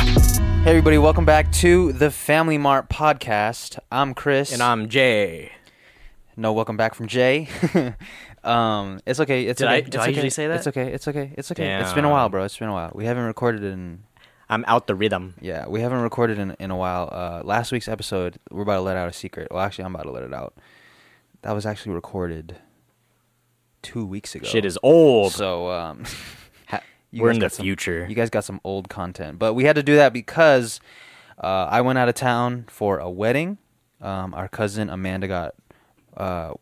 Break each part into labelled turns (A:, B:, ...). A: Hey, everybody, welcome back to the Family Mart podcast. I'm Chris.
B: And I'm Jay.
A: No, welcome back from Jay. um, it's okay. It's
B: Did
A: okay.
B: I- did
A: it's
B: I
A: okay.
B: usually say that?
A: It's okay. It's okay. It's okay. It's been a while, bro. It's been a while. We haven't recorded in
B: I'm out the rhythm.
A: yeah, we haven't recorded in in a while. Uh, last week's episode, we're about to let out a secret. Well, actually, I'm about to let it out. That was actually recorded two weeks ago.
B: Shit is old.
A: So um, ha- you
B: We're
A: guys
B: in the
A: got some-
B: future.
A: You guys got some old content, but we had to do that because uh, I went out of town for a wedding. Um, our cousin Amanda got uh,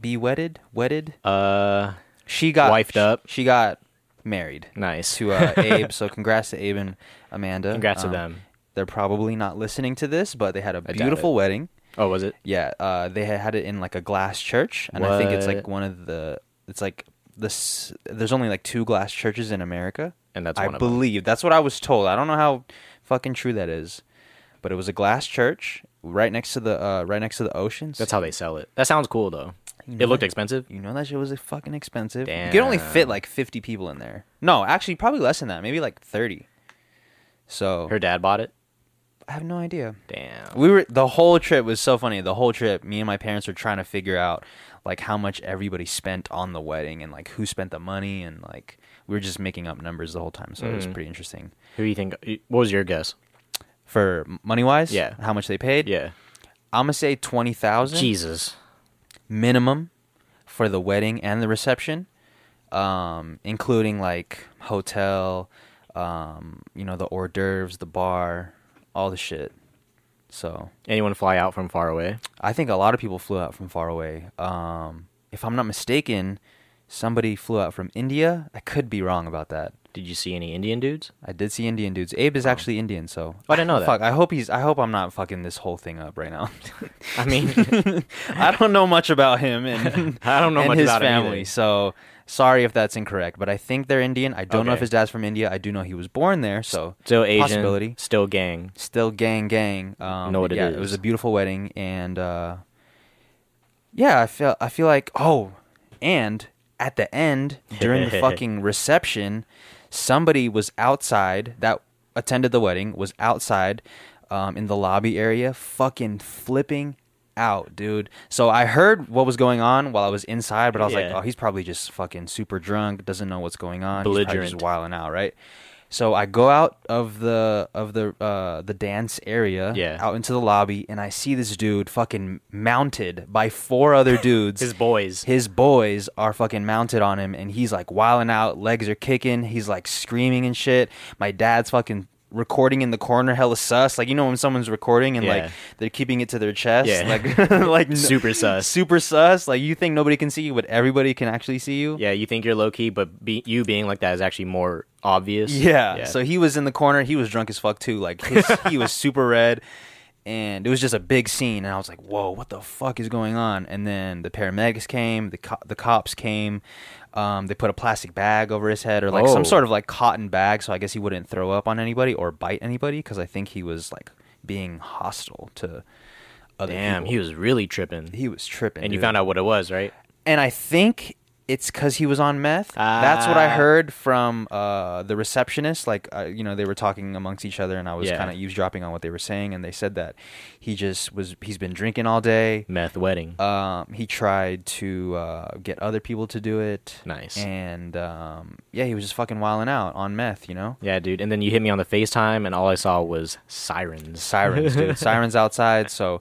A: be wedded, wedded.
B: uh,
A: She got
B: Wifed
A: sh-
B: up.
A: She got married
B: nice.
A: to uh, Abe. So congrats to Abe and Amanda. Um,
B: Congrats to them.
A: They're probably not listening to this, but they had a
B: doubt
A: beautiful
B: it.
A: wedding.
B: oh, was it?
A: Yeah, uh, they had had it in like a glass church, and I think it's like
B: What?
A: one of the. It's like this. There's only like two glass churches in America,
B: And that's
A: I
B: one of 'em.
A: believe that's what I was told. I don't know how fucking true that is, but it was a glass church right next to the uh, right next to the ocean.
B: That's how they sell it. That sounds cool though.
A: You know
B: It looked
A: that-
B: expensive.
A: You know that shit was like, fucking expensive. You could only fit
B: Damn.
A: like 50 people in there. No, actually, probably less than that. Maybe like 30. So
B: Her dad bought it.
A: I have no idea.
B: Damn.
A: We were the whole trip was so funny. The whole trip, me and my parents were trying to figure out like how much everybody spent on the wedding and like who spent the money and like we were just making up numbers the whole time. So it
B: Mm.
A: was pretty interesting.
B: Who do you think? What was your guess?
A: For money wise,
B: Yeah.
A: how much they paid?
B: Yeah.
A: I'm gonna say twenty thousand
B: Jesus.
A: minimum for the wedding and the reception, um, including like hotel, um, you know, the hors d'oeuvres, the bar, all the shit. So
B: Anyone fly out from far away?
A: I think a lot of people flew out from far away. Um, if I'm not mistaken, somebody flew out from India. I could be wrong about that.
B: Did you see any Indian dudes? Oh,
A: I did see Indian dudes. Abe is actually Indian, so
B: I didn't know that.
A: Fuck, I hope he's. I hope I'm not fucking this whole thing up right now.
B: I mean,
A: I don't know much about him and
B: I don't know
A: and
B: much
A: his
B: about him
A: family.
B: either.
A: so sorry if that's incorrect, but I think they're Indian. I don't know if
B: Okay.
A: his dad's from India. I do know he was born there. So
B: still Asian.
A: possibility.
B: Still gang.
A: Still gang gang. Um,
B: Know what it
A: yeah, It was
B: is.
A: a beautiful wedding, and uh, yeah, I feel I feel like oh, and at the end during the fucking reception, somebody was outside that attended the wedding was outside um, in the lobby area, fucking flipping out, dude. So I heard what was going on while I was inside, but I was like,
B: Yeah.
A: oh, he's probably just fucking super drunk, doesn't know what's going on, He's probably just
B: Belligerent.
A: wilding out, right? So I go out of the of the uh, the dance area,
B: Yeah.
A: out into the lobby, and I see this dude fucking mounted by four other dudes.
B: His boys.
A: his boys are fucking mounted on him, and he's like wilding out, legs are kicking, he's like screaming and shit. My dad's fucking recording in the corner, hella sus. Like you know when someone's recording and
B: Yeah.
A: like they're keeping it to their chest,
B: Yeah.
A: like like
B: Super sus.
A: super sus. Like you think nobody can see you, but everybody can actually see you.
B: Yeah, you think you're low key, but be, you being like that is actually more obvious.
A: Yeah. So he was in the corner. He was drunk as fuck too. Like his, he was super red, and it was just a big scene. And I was like, "Whoa, what the fuck is going on?" And then the paramedics came. The co- the cops came. Um, they put a plastic bag over his head, or like
B: Oh.
A: some sort of like cotton bag, so I guess he wouldn't throw up on anybody or bite anybody because I think he was like being hostile to other
B: Damn,
A: people.
B: he was really tripping.
A: He was tripping,
B: and you
A: dude.
B: found out what it was, right?
A: and I think it's because he was on meth. That's what I
B: Ah.
A: heard from uh, the receptionist. Like, uh, you know, they were talking amongst each other, and I was
B: Yeah.
A: kind of eavesdropping on what they were saying, and they said that he just was. He's been drinking all day.
B: Meth wedding.
A: Um, he tried to uh, get other people to do it.
B: Nice.
A: And um, yeah, he was just fucking wilding out on meth. You know.
B: yeah, dude. And then you hit me on the FaceTime, and all I saw was sirens.
A: sirens, dude. sirens outside. So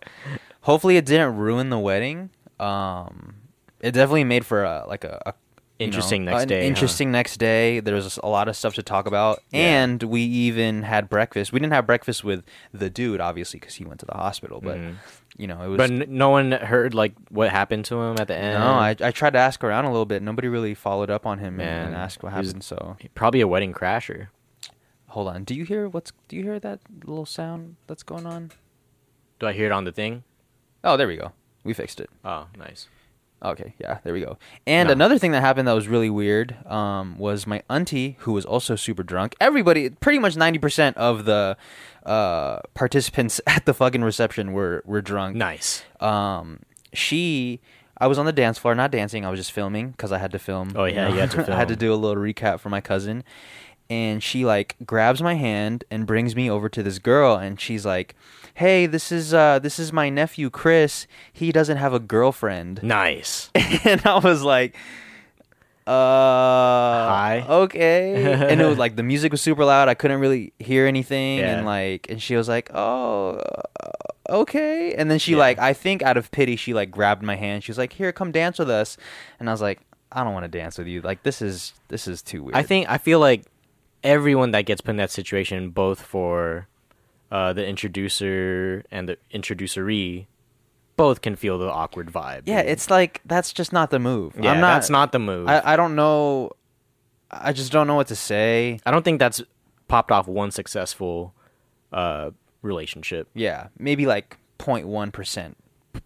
A: hopefully it didn't ruin the wedding. Um, it definitely made for a, like a, a you know,
B: Interesting next
A: an
B: day, huh?
A: Interesting next day. There was a lot of stuff to talk about,
B: Yeah.
A: and we even had breakfast. We didn't have breakfast with the dude, obviously, because he went to the hospital. But you know, it was.
B: Mm-hmm. But n- no one heard like what happened to him at the end.
A: no, I, I tried to ask around a little bit. Nobody really followed up on him and, and
B: Man,
A: asked what
B: he was-
A: happened. so
B: probably a wedding crasher.
A: hold on. Do you hear what's? Do you hear that little sound that's going on?
B: Do I hear it on the thing?
A: Oh, there we go. We fixed it.
B: Oh, nice.
A: Okay, yeah, there we go. And
B: No.
A: another thing that happened that was really weird um, was my auntie, who was also super drunk. Everybody, pretty much ninety percent of the uh, participants at the fucking reception were were drunk.
B: Nice.
A: Um, she, I was on the dance floor, not dancing. I was just filming because I had to film.
B: Oh, yeah, you had to
A: I had to
B: film.
A: do a little recap for my cousin, and she like grabs my hand and brings me over to this girl and she's like hey this is uh this is my nephew chris he doesn't have a girlfriend
B: Nice.
A: and i was like uh hi okay and it was like the music was super loud i couldn't really hear anything
B: Yeah.
A: and like and she was like oh uh, okay and then she
B: Yeah.
A: like i think out of pity she like grabbed my hand she was like here come dance with us and i was like i don't want to dance with you like this is this is too weird
B: I think I feel like everyone that gets put in that situation, both for uh, the introducer and the introduceree, both can feel the awkward vibe.
A: Yeah, it's like that's just not the move.
B: yeah,
A: I'm not.
B: that's not the move. I,
A: I, I don't know. I just don't know what to say.
B: don't think that's popped off one successful uh, relationship.
A: Yeah, maybe like 0.1 percent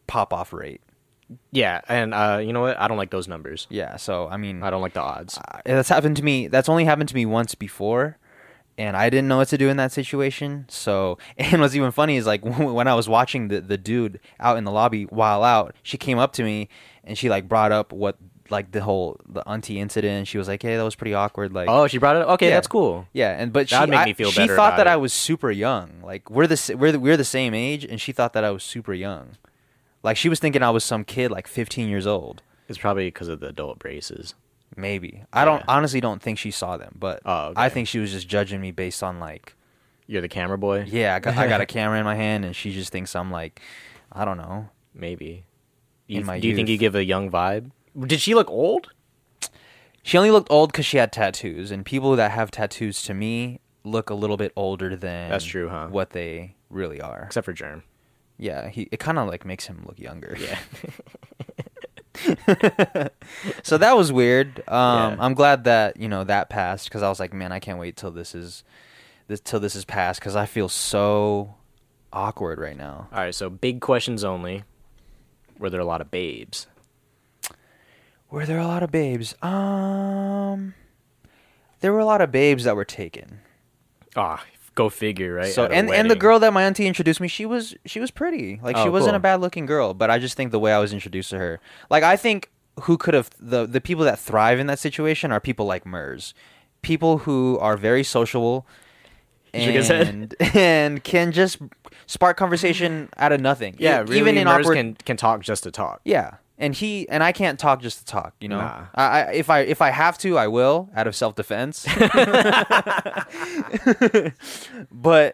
A: pop off rate.
B: Yeah, and uh, you know what? I don't like those numbers.
A: Yeah, so I mean,
B: I don't like the odds.
A: I- that's happened to me. That's only happened to me once before, and I didn't know what to do in that situation. So, and what's even funny is like when I was watching the the dude out in the lobby while out, she came up to me and she like brought up what like the whole the auntie incident. She was like, "Hey, that was pretty awkward." Like,
B: Oh, she brought it. up? Okay,
A: Yeah.
B: that's cool.
A: Yeah, and but she,
B: That'd make
A: I-
B: me feel
A: she
B: better
A: thought
B: about
A: that
B: it.
A: I was super young. Like we're the s- we're the, we're the same age, and she thought that I was super young. Like she was thinking I was some kid, like 15 years old,
B: It's probably because of the adult braces.
A: maybe. I don't
B: Yeah.
A: honestly don't think she saw them, but
B: Oh, okay.
A: I think she was just judging me based on like,
B: You're the camera boy.
A: yeah, I got, I got a camera in my hand, and she just thinks I'm like, I don't know.
B: Maybe.
A: In
B: You,
A: my
B: do you think
A: youth.
B: you give a young vibe? Did she look old?
A: She only looked old because she had tattoos, and people that have tattoos to me look a little bit older than
B: That's true, huh?
A: What they really are.
B: Except for Germ.
A: Yeah, he it kind of like makes him look younger.
B: Yeah.
A: so that was weird. Um,
B: Yeah.
A: I'm glad that you know that passed because I was like, man, I can't wait till this is this till this is passed because I feel so awkward right now.
B: All right, so big questions only. Were there a lot of babes?
A: Were there a lot of babes? Um, there were a lot of babes that were taken.
B: Ah, go figure, right?
A: So
B: At a
A: and and the
B: wedding.
A: girl that my auntie introduced me, she was she was pretty. Like she
B: Oh,
A: wasn't a
B: cool.
A: bad looking girl, but I just think the way I was introduced to her, like I think who could have the the people that thrive in that situation are people like Mers, people who are very sociable,
B: He shook his head.
A: and and can just spark conversation out of nothing.
B: yeah,
A: E-
B: really,
A: even in
B: nerds
A: awkward.
B: can can talk just to talk.
A: Yeah, and he and I can't talk just to talk. You know,
B: Nah.
A: I, I if I if I have to, I will out of self defense. but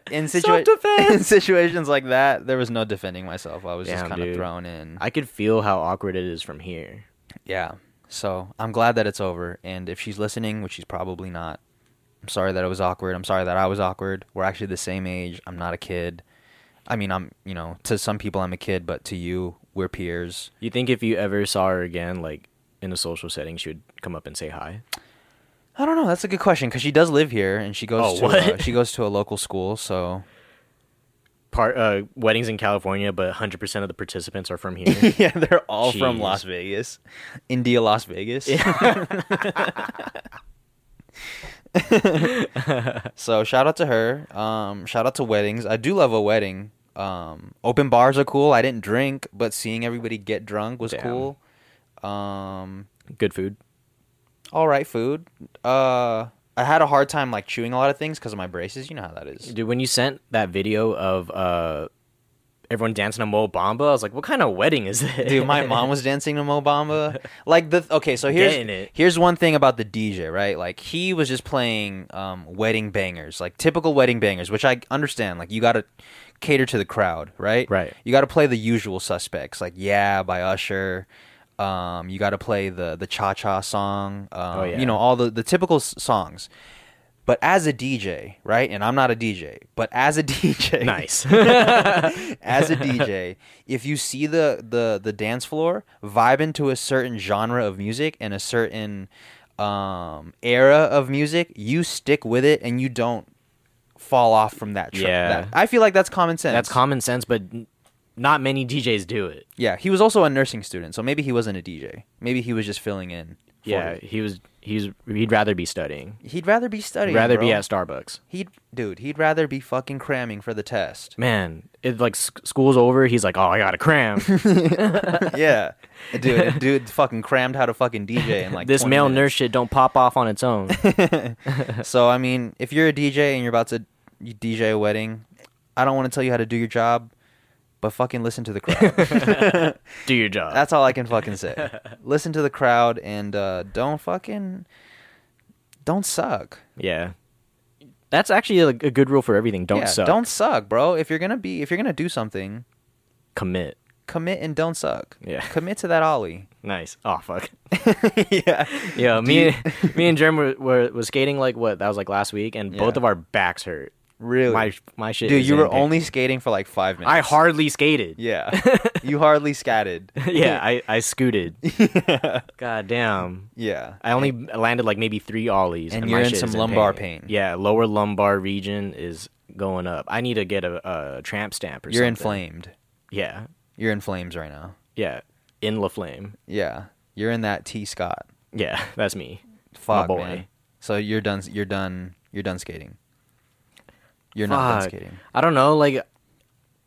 A: in, situa-
B: Self-defense.
A: in situations like that, there was no defending myself. I was just
B: Damn,
A: kind of
B: dude.
A: thrown in.
B: I could feel how awkward it is from here.
A: yeah. So I'm glad that it's over. And if she's listening, which she's probably not, I'm sorry that it was awkward. I'm sorry that I was awkward. We're actually the same age. I'm not a kid. I mean, I'm you know to some people I'm a kid, but to you, we're peers.
B: You think if you ever saw her again, like in a social setting, she would come up and say hi?
A: I don't know. That's a good question because she does live here and she goes
B: Oh,
A: to
B: what?
A: uh, she goes to a local school. So
B: Part uh, weddings in California, but 100% of the participants are from here.
A: yeah, they're all
B: Jeez.
A: Vegas, India, Las Vegas. so shout out to her. Um, shout out to weddings. I do love a wedding. Um, open bars are cool. I didn't drink, but seeing everybody get drunk was
B: Damn.
A: cool. Um,
B: Good food.
A: all right, food. Uh, I had a hard time like chewing a lot of things because of my braces. You know how that is.
B: Dude, when you sent that video of uh, everyone dancing to Mo Bamba, I was like, what kind of wedding is this?
A: Dude, my mom was dancing to Mo Bamba. Like the okay, so here's
B: Getting it.
A: here's one thing about the DJ, right? Like he was just playing um, wedding bangers, like typical wedding bangers, which I understand. Like you got to cater to the crowd, right?
B: Right.
A: You got to play the usual suspects, like "Yeah" by Usher. Um, you got to play the the cha cha song. Um,
B: Oh, yeah.
A: You know all the the typical s- songs. But as a DJ, right? And I'm not a DJ, but as a DJ,
B: Nice.
A: as a DJ, if you see the the the dance floor vibe into a certain genre of music and a certain um era of music, you stick with it and you don't fall off from that track.
B: Yeah.
A: I feel like that's common sense.
B: That's common sense, but n- not many DJs do it.
A: yeah, he was also a nursing student, so maybe he wasn't a DJ. Maybe he was just filling in
B: yeah, he was he's he'd rather be studying.
A: He'd rather be studying.
B: rather be
A: bro.
B: at Starbucks.
A: He'd dude. He'd rather be fucking cramming for the test.
B: Man, it like s- school's over, he's like, "Oh, I got to cram."
A: yeah, dude. Dude, fucking crammed how to fucking DJ in like
B: this
A: 20
B: male nurse
A: minutes.
B: shit don't pop off on its own.
A: So I mean, if you're a DJ and you're about to you DJ a wedding, I don't want to tell you how to do your job, but fucking listen to the crowd.
B: Do your job.
A: That's all I can fucking say. Listen to the crowd and uh, don't fucking don't suck.
B: yeah. That's actually a, a good rule for everything. Don't
A: Yeah,
B: suck.
A: Don't suck, bro. If you're gonna be if you're gonna do something,
B: commit.
A: commit and don't suck.
B: Yeah.
A: Commit to that ollie.
B: Nice. Oh fuck.
A: yeah.
B: Yeah,
A: Do
B: me,
A: you-
B: and me and Jerm were, were was skating like what that was like last week, and both
A: Yeah.
B: of our backs hurt.
A: Really.
B: My my shit.
A: Dude,
B: is
A: you
B: in
A: were
B: pain.
A: only skating for like five minutes.
B: I hardly skated.
A: Yeah. you hardly scatted.
B: yeah, I I scooted. God damn.
A: Yeah.
B: I only landed like maybe three ollies,
A: And
B: and,
A: you're
B: my
A: in
B: shit
A: some
B: is
A: lumbar
B: pain.
A: pain.
B: Yeah, lower lumbar region is going up. I need to get a, a tramp stamp or
A: You're
B: something.
A: inflamed.
B: Yeah,
A: You're in flames right now.
B: yeah, in La Flame.
A: Yeah. You're in that T Scott.
B: Yeah, that's me.
A: Fuck,
B: boy.
A: man. So you're done. You're done. You're done skating. You're not done
B: Fuck.
A: skating.
B: I don't know. Like,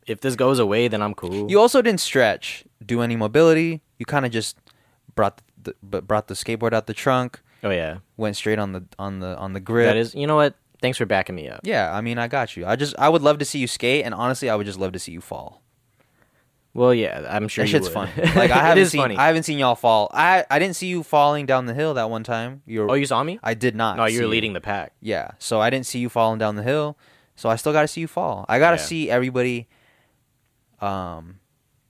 B: if this goes away, then I'm cool.
A: You also didn't stretch, do any mobility. You kind of just brought the, but brought the skateboard out the trunk,
B: oh yeah,
A: went straight on the on the on the grip.
B: that is. You know what? Thanks for backing me up.
A: Yeah, I mean, I got you. I just I would love to see you skate, and honestly, I would just love to see you fall.
B: Well, yeah, I'm sure
A: That
B: you
A: shit's
B: would.
A: fun. Like I
B: it
A: haven't
B: is
A: seen
B: funny.
A: I haven't seen y'all fall. I I didn't see you falling down the hill that one time. You were,
B: oh, you saw me?
A: I did not.
B: no, you
A: see
B: were leading the pack.
A: Yeah, so I didn't see you falling down the hill. So I still got to see you fall. I got to
B: Yeah.
A: see everybody, um,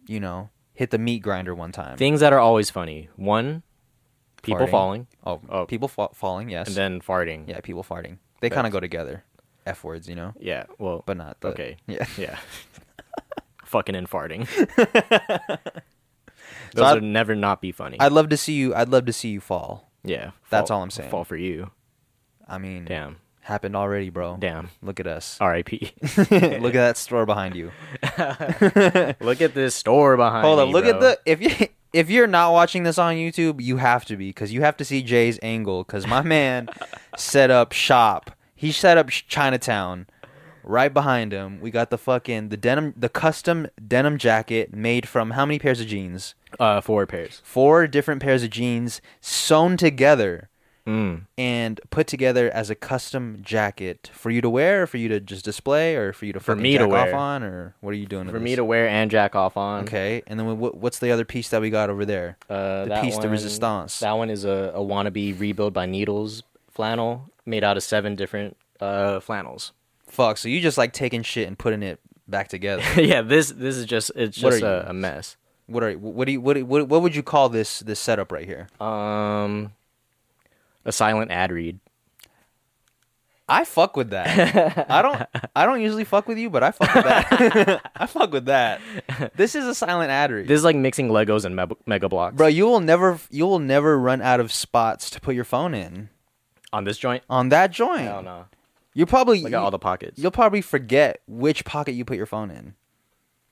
A: you know, hit the meat grinder one time.
B: Things that are always funny. One, people
A: Farting.
B: falling,
A: oh,
B: Oh.
A: people fa- falling. Yes.
B: and then farting.
A: yeah, people farting. They kind of go together. F words, you know,
B: Yeah, well,
A: but not the,
B: okay.
A: Yeah.
B: Yeah. Fucking and farting.
A: So
B: Those
A: I-
B: would never not be funny.
A: I'd love to see you. I'd love to see you fall.
B: yeah.
A: that's
B: fall-
A: all I'm saying.
B: Fall for you.
A: I mean,
B: Damn.
A: happened already, bro.
B: Damn.
A: Look at us.
B: R.I.P.
A: look at that store behind you.
B: look at this store behind
A: Hold up.
B: me,
A: Look at
B: bro.
A: the if you if you're not watching this on YouTube, you have to be because you have to see Jay's angle because my man set up shop. He set up sh- Chinatown. Right behind him, we got the fucking the denim the custom denim jacket made from how many pairs of jeans?
B: uh, four pairs.
A: Four different pairs of jeans sewn together
B: Mm.
A: and put together as a custom jacket for you to wear, for you to just display, or for you to
B: For
A: fucking
B: me to
A: jack off
B: wear.
A: on, or what are you doing?
B: For me to wear and jack off on.
A: Okay, and then wh- wh- what's the other piece that we got over there?
B: Uh,
A: the
B: that
A: piece de
B: one-
A: resistance.
B: That one is a, a wannabe rebuild by Needles flannel made out of seven different uh, flannels.
A: Fuck, so you just like taking shit and putting it back together.
B: yeah, this this is just it's
A: What
B: just
A: are
B: a,
A: you?
B: a mess.
A: what are what do you what do- what what would you call this this setup right here?
B: Um, a silent ad read.
A: I fuck with that. I don't I don't usually fuck with you, but I fuck with that. I fuck with that. This is a silent ad read.
B: This is like mixing Legos and meb- Mega Blocks.
A: Bro, you will never you will never run out of spots to put your phone in
B: on this joint,
A: on that joint.
B: hell no.
A: You're probably
B: Look at all the pockets.
A: you'll probably forget which pocket you put your phone in.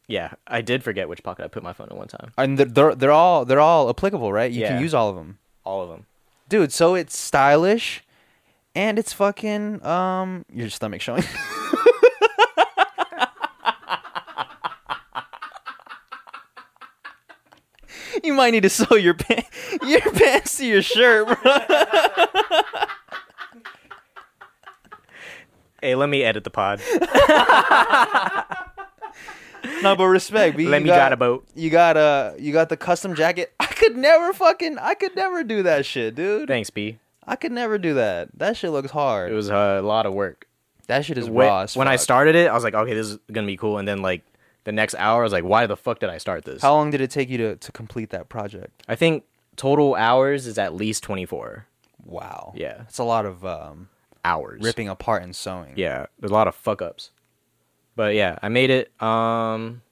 B: Yeah, I did forget which pocket I put my phone in one time.
A: And they're they're, they're all they're all applicable, right? You
B: Yeah.
A: can use all of them.
B: All of them.
A: dude so it's stylish and it's fucking um your stomach showing you might need to sew your pants your pants to your shirt bro
B: Hey, let me edit the pod.
A: no but respect but you
B: let me
A: got,
B: drive a boat.
A: you got uh you got the custom jacket i could never fucking i could never do that shit dude
B: Thanks, B.
A: i could never do that that shit looks hard
B: It was uh, a lot of work.
A: that shit is
B: Wh- When,
A: raw as
B: I
A: fuck.
B: started it, I was like, okay, this is gonna be cool. And then like the next hour, I was like, why the fuck did I start this?
A: how long did it take you to to complete that project
B: I think total hours is at least twenty four
A: Wow.
B: Yeah.
A: It's a lot of um,
B: hours.
A: ripping apart and sewing.
B: Yeah, there's a lot of fuck ups. But yeah, I made it. Um,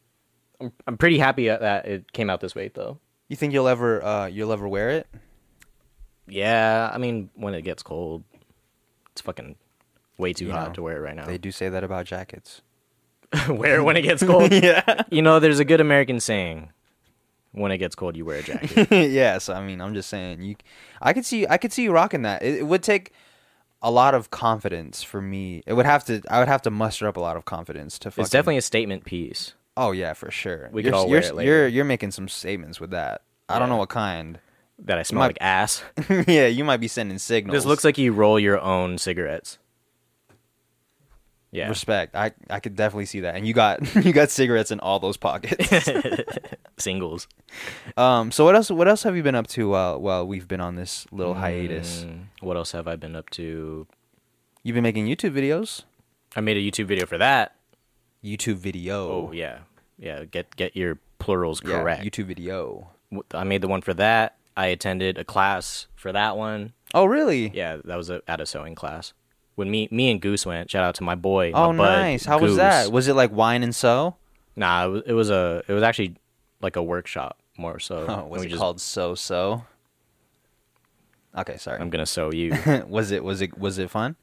B: I'm, I'm pretty happy that it came out this way though.
A: You think you'll ever uh, you'll ever wear it?
B: Yeah, I mean, when it gets cold, it's fucking way too
A: You
B: hot
A: know,
B: to wear it right now.
A: They do say that about jackets.
B: wear it when it gets cold. yeah. You know, there's a good American saying when it gets cold, you wear a jacket.
A: yeah, so I mean, I'm just saying you. I could see, I could see you rocking that. It, it would take a lot of confidence for me. It would have to, I would have to muster up a lot of confidence to. Fucking,
B: it's definitely a statement piece.
A: Oh yeah, for sure.
B: We
A: you're,
B: could all
A: you're,
B: wear it later.
A: You're you're making some statements with that. I don't
B: Yeah.
A: know what kind.
B: That I smell
A: might-
B: like ass.
A: yeah, you might be sending signals.
B: This looks like you roll your own cigarettes. Yeah.
A: respect. I I could definitely see that. And you got you got cigarettes in all those pockets.
B: Singles.
A: um. So what else? What else have you been up to while while we've been on this little hiatus?
B: Mm, what else have I been up to?
A: You've been making YouTube videos.
B: I made a YouTube video for that.
A: YouTube video.
B: Oh yeah, yeah. Get get your plurals
A: Yeah,
B: correct.
A: YouTube video.
B: W- I made the one for that. I attended a class for that one.
A: Oh really?
B: Yeah, that was a, at a sewing class. When me me and Goose went, shout out to my boy. my
A: Oh
B: bud,
A: nice. How was
B: Goose.
A: that? Was it like wine and so?
B: Nah, it was, it was a it was actually like a workshop more so.
A: Oh,
B: And
A: was
B: we
A: it
B: just-
A: called so so? Okay, sorry.
B: I'm gonna sew you.
A: was it was it was it fun?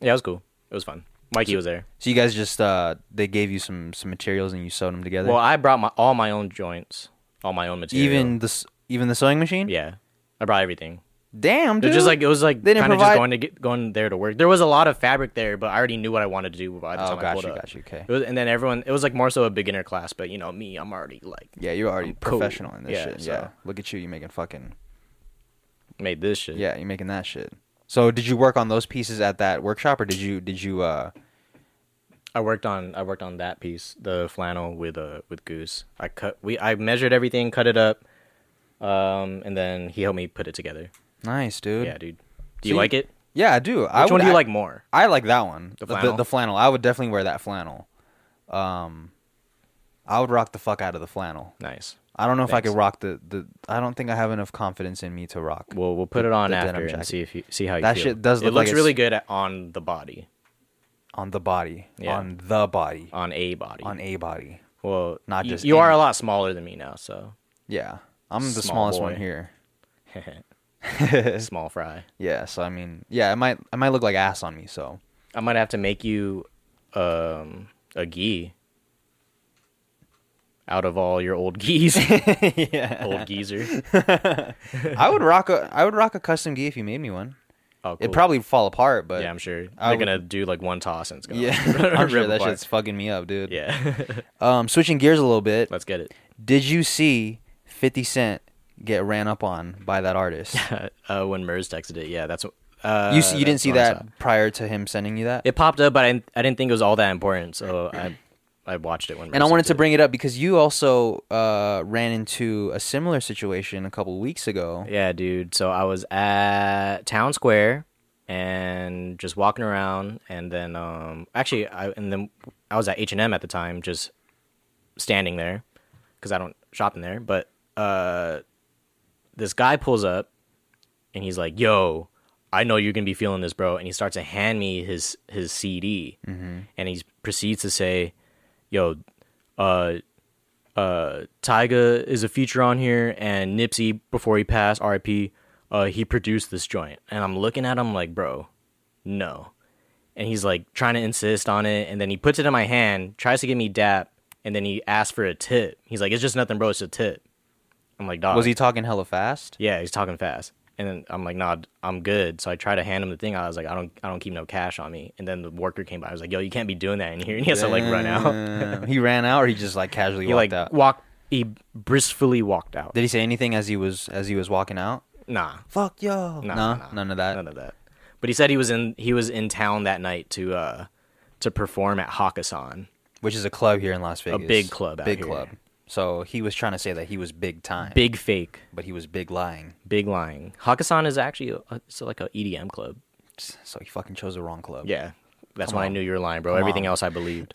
B: yeah, it was cool. It was fun. Mikey was there.
A: So you guys just uh they gave you some some materials and you sewed them together.
B: Well, I brought my all my own joints, all my own material.
A: even the s- even the sewing machine.
B: yeah, I brought everything.
A: Damn,
B: It
A: dude.
B: was just like it was like
A: They didn't
B: kind of
A: provide-
B: just going to get going there to work. There was a lot of fabric there, but I already knew what I wanted to do by the
A: Oh,
B: time I
A: got
B: pulled
A: you,
B: up.
A: got you, okay.
B: It was, and then everyone, it was like more so a beginner class, but you know me, I'm already like
A: yeah, you're already
B: cool.
A: professional in this
B: Yeah,
A: shit.
B: so-
A: Yeah, look at you, you making fucking
B: made this shit.
A: yeah, you're making that shit. So did you work on those pieces at that workshop, or did you did you uh
B: I worked on I worked on that piece, the flannel with uh with goose. I cut we I measured everything, cut it up, um, and then he helped me put it together.
A: nice dude?
B: Yeah, dude.
A: So
B: Do you
A: you-
B: like it? Which
A: Yeah, I do. I
B: one
A: would
B: do you
A: ac-
B: like more?
A: I like that one. The
B: The
A: flannel.
B: flannel?
A: The, flannel. I would definitely wear that flannel. Um, I would rock the fuck out of the flannel.
B: Nice.
A: I don't know if I
B: Thanks.
A: could rock the, the. I don't think I have enough confidence in me to rock.
B: We'll we'll put
A: The-
B: it on
A: the denim
B: after and
A: jacket.
B: see if you see how you
A: That
B: feel.
A: shit does
B: It
A: look like
B: looks
A: it's-
B: really good at, on the body,
A: on the body,
B: Yeah.
A: on the body,
B: on a body,
A: on a body.
B: Well,
A: Not
B: not
A: just
B: just you
A: any-
B: are a lot smaller than me now, so
A: Yeah, I'm the
B: Small
A: smallest one
B: boy.
A: here.
B: small fry.
A: Yeah, so I mean, yeah, it might it might look like ass on me. So
B: I might have to make you um, a gi out of all your old geese. Old geezer.
A: I would rock a I would rock a custom gi if you made me one.
B: Oh, cool.
A: It'd probably fall apart, but
B: yeah, I'm sure they're
A: I would-
B: gonna do like one toss and it's gonna
A: yeah, I'm sure that shit's fucking me up, dude.
B: yeah.
A: Um, switching gears a little bit.
B: Let's get it.
A: Did you see 50 Cent get ran up on by that artist?
B: Uh, when Mers texted it, yeah, that's. Uh,
A: you see, you didn't
B: that's
A: see
B: what I
A: that
B: saw.
A: prior to him sending you that?
B: It popped up, but I, I didn't think it was all that important, so I I watched it when.
A: and I
B: Mers
A: wanted to
B: sent
A: bring it up because you also uh, ran into a similar situation a couple weeks ago.
B: Yeah, dude. So I was at Town Square and just walking around, and then um, actually, I and then I was at H and M at the time, just standing there because I don't shop in there. But uh, this guy pulls up, and he's like, "Yo." I know you're gonna be feeling this, bro. And he starts to hand me his his CD,
A: Mm-hmm.
B: and he proceeds to say, "Yo, uh, uh, Tyga is a feature on here, and Nipsey before he passed, R.I.P. Uh, he produced this joint, and I'm looking at him like, bro, no. And he's like trying to insist on it, and then he puts it in my hand, tries to give me dap, and then he asks for a tip. He's like, it's just nothing, bro. It's a tip. I'm like, dog.
A: Was he talking hella fast?
B: Yeah, he's talking fast. And then I'm like, nah, I'm good. So I try to hand him the thing. I was like, I don't, I don't keep no cash on me. And then the worker came by. I was like, yo, you can't be doing that in here. And he has to like run out.
A: Uh, he ran out, or he just like casually
B: He
A: walked
B: like
A: out.
B: walked. He briskly walked out.
A: Did he say anything as he was as he was walking out?
B: Nah,
A: Fuck yo. no,
B: nah, nah,
A: none of that.
B: None of that. But he said he was in he was in town that night to uh to perform at Hakkasan.
A: Which is a club here in Las Vegas.
B: big club out
A: Big
B: here.
A: club. So he was trying to say that he was big time,
B: Big fake,
A: but he was big lying.
B: big lying. Hakkasan is actually a, it's like a EDM club.
A: So he fucking chose the wrong club.
B: Yeah, that's
A: Come
B: when I
A: on.
B: knew you were lying, bro. Everything
A: on.
B: else I believed.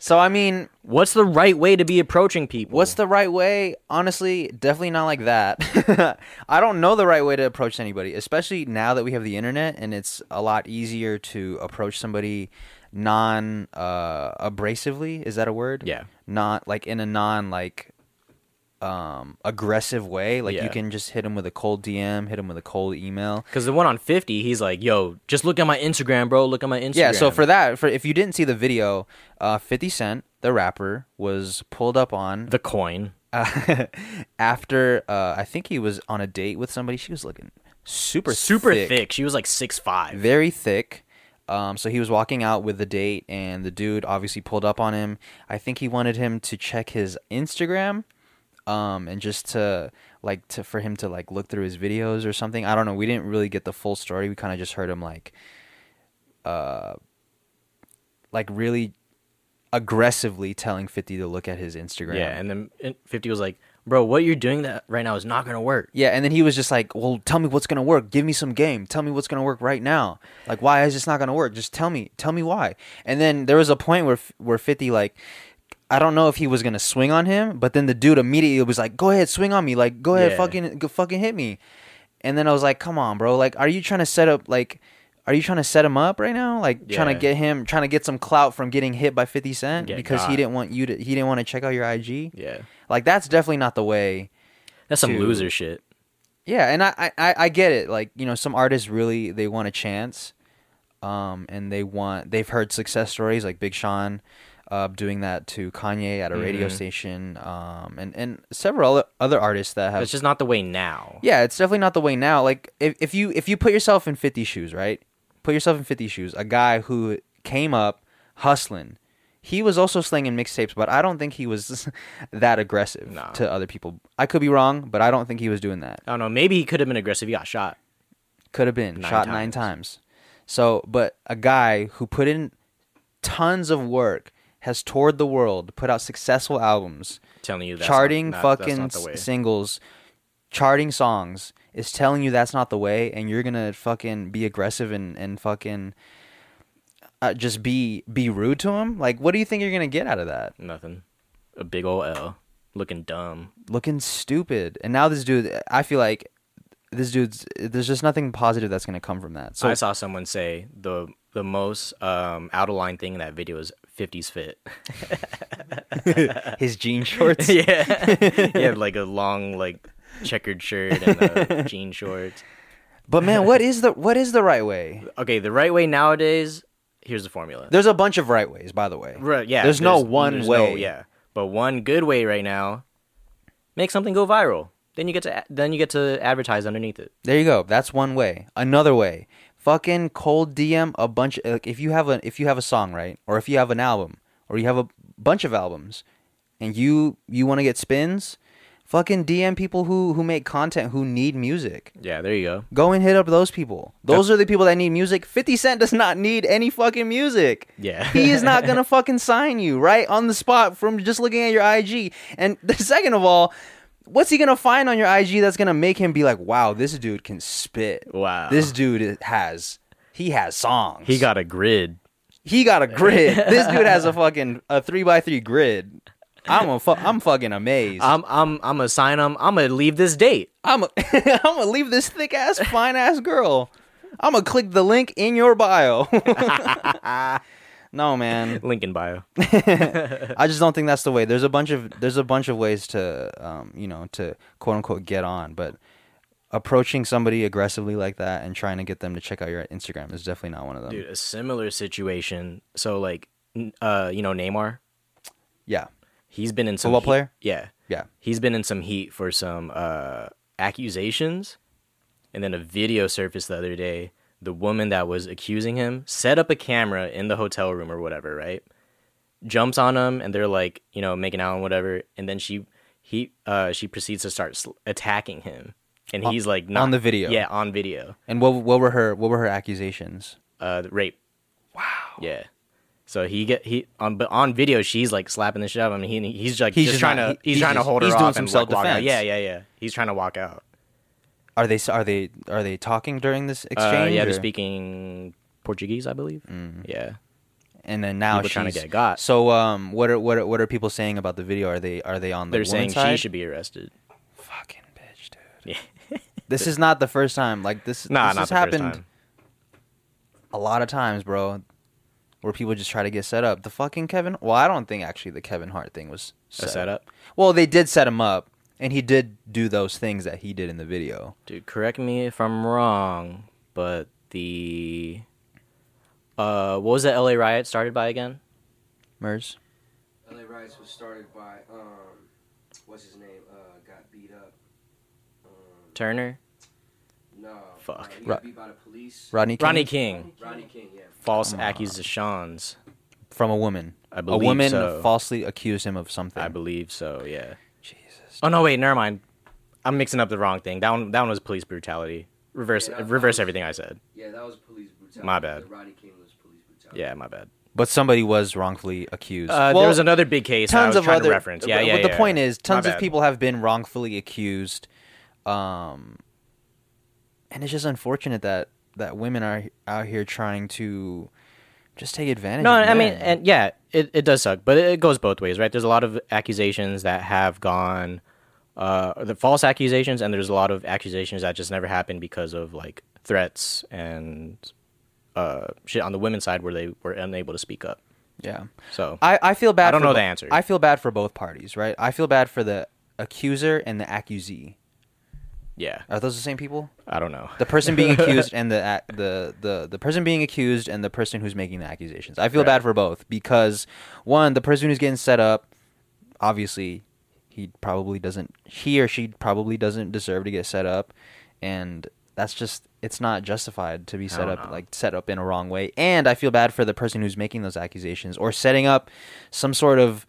A: So I mean,
B: What's the right way to be approaching people?
A: What's the right way? Honestly, definitely not like that. I don't know the right way to approach anybody, especially now that we have the internet and it's a lot easier to approach somebody non uh, abrasively. Is that a word?
B: Yeah.
A: Not like in a non like um aggressive way. Like
B: Yeah.
A: you can just hit them with a cold DM, hit them with a cold email.
B: Because the one on 50, he's like, yo, just look at my Instagram, bro. Look at my Instagram.
A: Yeah, so for that, for if you didn't see the video, uh, Fifty Cent, the rapper, was pulled up on
B: the coin.
A: uh, after uh, I think he was on a date with somebody. She was looking super
B: super thick. She was like six five.
A: very thick. Um, so he was walking out with the date, and the dude obviously pulled up on him. I think he wanted him to check his Instagram, um, and just to like to for him to like look through his videos or something. I don't know. We didn't really get the full story. We kind of just heard him like, uh, like really aggressively telling Fifty to look at his Instagram.
B: Yeah, and then and Fifty was like, "Bro, what you're doing that right now is not gonna work."
A: Yeah, and then he was just like, "Well, tell me what's gonna work. Give me some game. Tell me what's gonna work right now. Like, why is this not gonna work? Just tell me. Tell me why." And then there was a point where where Fifty like, I don't know if he was gonna swing on him, but then the dude immediately was like, "Go ahead, swing on me. Like, go ahead,
B: Yeah.
A: fucking, go fucking hit me." And then I was like, "Come on, bro. Like, are you trying to set up like?" Are you trying to set him up right now? Like trying
B: Yeah.
A: to get him, trying to get some clout from getting hit by Fifty Cent
B: Yeah,
A: because
B: God.
A: he didn't want you to, he didn't want to check out your IG.
B: Yeah,
A: Like that's definitely not the way.
B: that's some
A: Dude.
B: loser shit.
A: Yeah, and I, I- I, I get it. Like, you know, some artists really they want a chance. Um, and they want they've heard success stories like Big Sean uh, doing that to Kanye at a radio
B: Mhm.
A: station. Um, and, and several other- other artists that have
B: That's just not the way now.
A: yeah, it's definitely not the way now. Like if, if you if you put yourself in 50 shoes, right? Put yourself in 50 shoes, a guy who came up hustling. He was also slinging mixtapes, but I don't think he was that aggressive
B: Nah.
A: to other people. I could be wrong, but I don't think he was doing that.
B: I don't know. Maybe he could have been aggressive. He got shot.
A: could have been
B: Nine
A: shot nine times. So, but a guy who put in tons of work has toured the world, put out successful albums,
B: telling you that's
A: charting
B: not, not,
A: fucking
B: that's not the way.
A: singles, charting songs, is telling you that's not the way, and you're gonna fucking be aggressive and and fucking uh, just be be rude to him. Like, what do you think you're gonna get out of that?
B: Nothing. A big ol' L, looking dumb.
A: Looking stupid. And now this dude, I feel like this dude's there's just nothing positive that's gonna come from that. So
B: I saw someone say the the most um, out of line thing in that video is 50s fit.
A: his jean shorts.
B: yeah, he had like a long like checkered shirt and uh, jean shorts.
A: But man, what is the what is the right way?
B: Okay, the right way nowadays. Here's the formula.
A: There's a bunch of right ways, by the way.
B: Right, yeah.
A: There's no one
B: there's
A: way.
B: yeah. But one good way right now, make something go viral. Then you get to then you get to advertise underneath it.
A: There you go. That's one way. Another way, fucking cold DM a bunch. Like if you have a if you have a song right, or if you have an album, or you have a bunch of albums, and you you want to get spins, fucking DM people who who make content who need music.
B: Yeah, there you go.
A: Go and hit up those people. Those are the people that need music. 50 Cent does not need any fucking music.
B: Yeah.
A: he is not going to fucking sign you right on the spot from just looking at your IG. And the second of all, what's he going to find on your IG that's going to make him be like, "Wow, this dude can spit.
B: Wow.
A: This dude has he has songs.
B: He got a grid.
A: he got a grid. this dude has a fucking a 3 by 3 grid. I'm a fu- I'm fucking amazed.
B: I'm I'm I'm gonna sign him. I'm gonna leave this date.
A: I'm a, I'm gonna leave this thick ass fine ass girl. I'm gonna click the link in your bio. no man,
B: Lincoln bio.
A: I just don't think that's the way. There's a bunch of there's a bunch of ways to um you know to quote unquote get on, but approaching somebody aggressively like that and trying to get them to check out your Instagram is definitely not one of them.
B: Dude, a similar situation. So like, n- uh, you know Neymar,
A: Yeah,
B: he's been in some
A: Football
B: heat-
A: player?
B: Yeah,
A: yeah,
B: he's been in some heat for some uh accusations, and then a video surfaced the other day. The woman that was accusing him set up a camera in the hotel room or whatever, right? Jumps on him, and they're like, you know, making out and whatever, and then she he uh she proceeds to start sl- attacking him, and he's like not,
A: the video.
B: yeah, on video.
A: and what what were her what were her accusations?
B: uh the rape. Wow. Yeah. So he get he on but on video she's like slapping the shit out of him. And he he's like
A: He's just
B: he's just trying
A: not-
B: to he's,
A: he's
B: trying
A: just-
B: to hold her
A: he's
B: off
A: doing some
B: and like, walk out.
A: self-defense.
B: Yeah, yeah, yeah. He's trying to walk out.
A: Are they are they are they talking during this
B: Uh,
A: exchange?
B: yeah,
A: or-
B: they're speaking Portuguese, I believe. Yeah.
A: and then now
B: People
A: Mm. Oh, she's
B: trying to get got.
A: So um, what are what are, what are people saying about the video? Are they are they on the
B: They're
A: woman's
B: saying she
A: side?
B: should be arrested.
A: fucking bitch, dude?
B: Yeah.
A: This is not the first time. Like this,
B: Nah,
A: this
B: not
A: has
B: the
A: happened
B: first time.
A: a lot of times, bro. Where people just try to get set up. The fucking Kevin. Well, I don't think actually the Kevin Hart thing was
B: A
A: set, up.
B: setup.
A: Well, they did set him up, and he did do those things that he did in the video.
B: Dude, correct me if I'm wrong, but the uh what was the LA riot started by again?
A: Mers.
C: LA riots was started by um, what's his name? Uh, got beat up. Um,
B: Turner,
C: no.
B: Fuck.
C: Uh, he
A: Ro-
C: got beat by the police.
A: Rodney King
B: Ronnie King,
C: Rodney King, yeah.
B: false accusations.
A: from a woman.
B: I believe
A: a woman
B: so.
A: falsely accused him of something.
B: I believe so. Yeah.
A: Jesus.
B: Oh no, wait, never mind. I'm mixing up the wrong thing. That one, that one was police brutality. Reverse,
C: Yeah, that-
B: reverse everything I said.
C: Yeah, that was police brutality.
B: My bad.
C: The Rodney King was police brutality.
B: Yeah, my bad.
A: But somebody was wrongfully accused.
B: Uh,
A: Well,
B: there was another big case. I
A: tons
B: was
A: of
B: trying
A: other
B: to reference. Yeah,
A: but-
B: yeah,
A: But the
B: yeah.
A: point is,
B: My
A: tons of
B: bad.
A: people have been wrongfully accused, um, and it's just unfortunate that that women are out here trying to just take advantage.
B: No,
A: of
B: I mean,
A: men.
B: and yeah, it, it does suck, but it, it goes both ways, right? There's a lot of accusations that have gone, uh, the false accusations, and there's a lot of accusations that just never happened because of like threats and uh, shit on the women's side where they were unable to speak up.
A: yeah,
B: So
A: I, I feel bad.
B: I don't
A: for
B: know the
A: bo-
B: answer.
A: I feel bad for both parties, right? I feel bad for the accuser and the accusee.
B: yeah,
A: Are those the same people?
B: I don't know.
A: The person being accused and the ac- the the the person being accused and the person who's making the accusations. I feel
B: Right.
A: bad for both because one, the person who's getting set up, obviously, he probably doesn't, he or she probably doesn't deserve to get set up, and that's just it's not justified to be set
B: Hell
A: up
B: no.
A: like set up in a wrong way. And I feel bad for the person who's making those accusations or setting up some sort of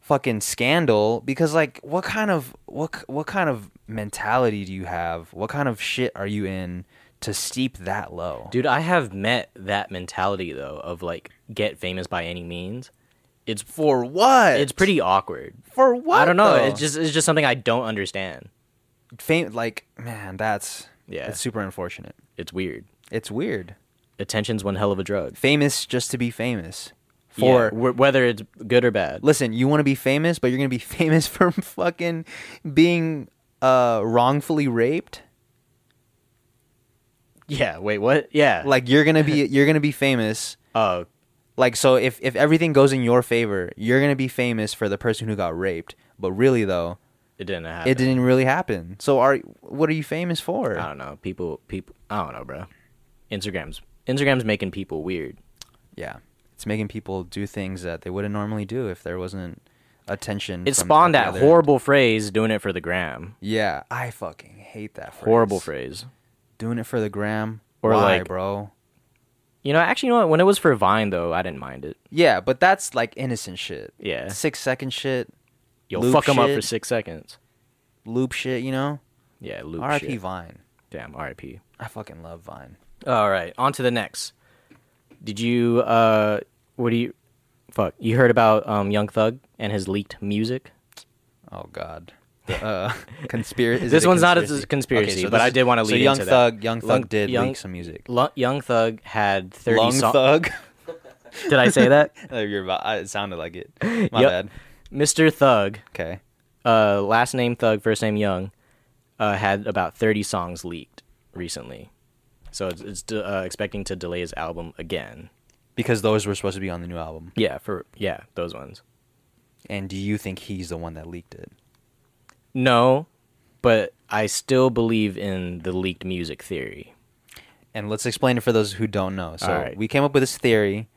A: fucking scandal because like what kind of what k- what kind of mentality do you have? What kind of shit are you in to steep that low?
B: Dude, I have met that mentality though of like get famous by any means. It's
A: for what?
B: it's pretty awkward.
A: for what?
B: I don't know.
A: though?
B: It's just it's just something I don't understand.
A: fame like man, that's
B: Yeah.
A: it's super unfortunate.
B: It's weird.
A: It's weird.
B: Attention's one hell of a drug.
A: Famous just to be famous. For
B: Yeah, wh- whether it's good or bad.
A: listen, you want to be famous, but you're gonna be famous for fucking being uh wrongfully raped.
B: Yeah. Wait. What? Yeah.
A: Like you're gonna be you're gonna be famous
B: Oh.
A: Like so if if everything goes in your favor, you're going to be famous for the person who got raped, but really though,
B: it didn't happen.
A: it didn't really happen. So are what are you famous
B: I
A: for?
B: don't know. People. People. I don't know, bro. Instagrams. Instagrams making people weird.
A: Yeah. It's making people do things that they wouldn't normally do if there wasn't attention.
B: It
A: from
B: spawned
A: the
B: that
A: other-
B: horrible phrase, doing it for the gram.
A: Yeah, I fucking hate that phrase.
B: Horrible phrase.
A: Doing it for the gram
B: Or
A: Why,
B: like-
A: bro.
B: You know, actually, you know what? When it was for Vine, though, I didn't mind it.
A: Yeah, but that's like innocent shit.
B: Yeah.
A: 6 second shit,
B: You'll
A: Loop
B: fuck them up
A: shit.
B: for six seconds.
A: loop shit, you know?
B: Yeah, loop
A: RIP
B: shit.
A: Vine.
B: Damn, RIP.
A: I fucking love Vine.
B: All right, on to the next. Did you, uh, what do you, fuck, you heard about um, Young Thug and his leaked music?
A: Oh God. Uh, conspiracy.
B: This one's not a s- conspiracy, but I did wanna
A: so
B: lead
A: Young
B: into that.
A: Thug, Young Thug
B: Lung-
A: did
B: Young-
A: leak some music.
B: Lu- Young Thug had 30
A: Lung
B: songs.
A: Thug.
B: Did I say that?
A: You're about- I- it sounded like it. My
B: Yep.
A: bad.
B: Mr. Thug,
A: Okay.
B: uh, last name Thug, first name Young, uh, had about 30 songs leaked recently. So it's, it's de- uh, expecting to delay his album again.
A: Because those were supposed to be on the new album.
B: Yeah, for, yeah, those ones.
A: And do you think he's the one that leaked it?
B: No, but I still believe in the leaked music theory.
A: And let's explain it for those who don't know. So
B: All right.
A: we came up with this theory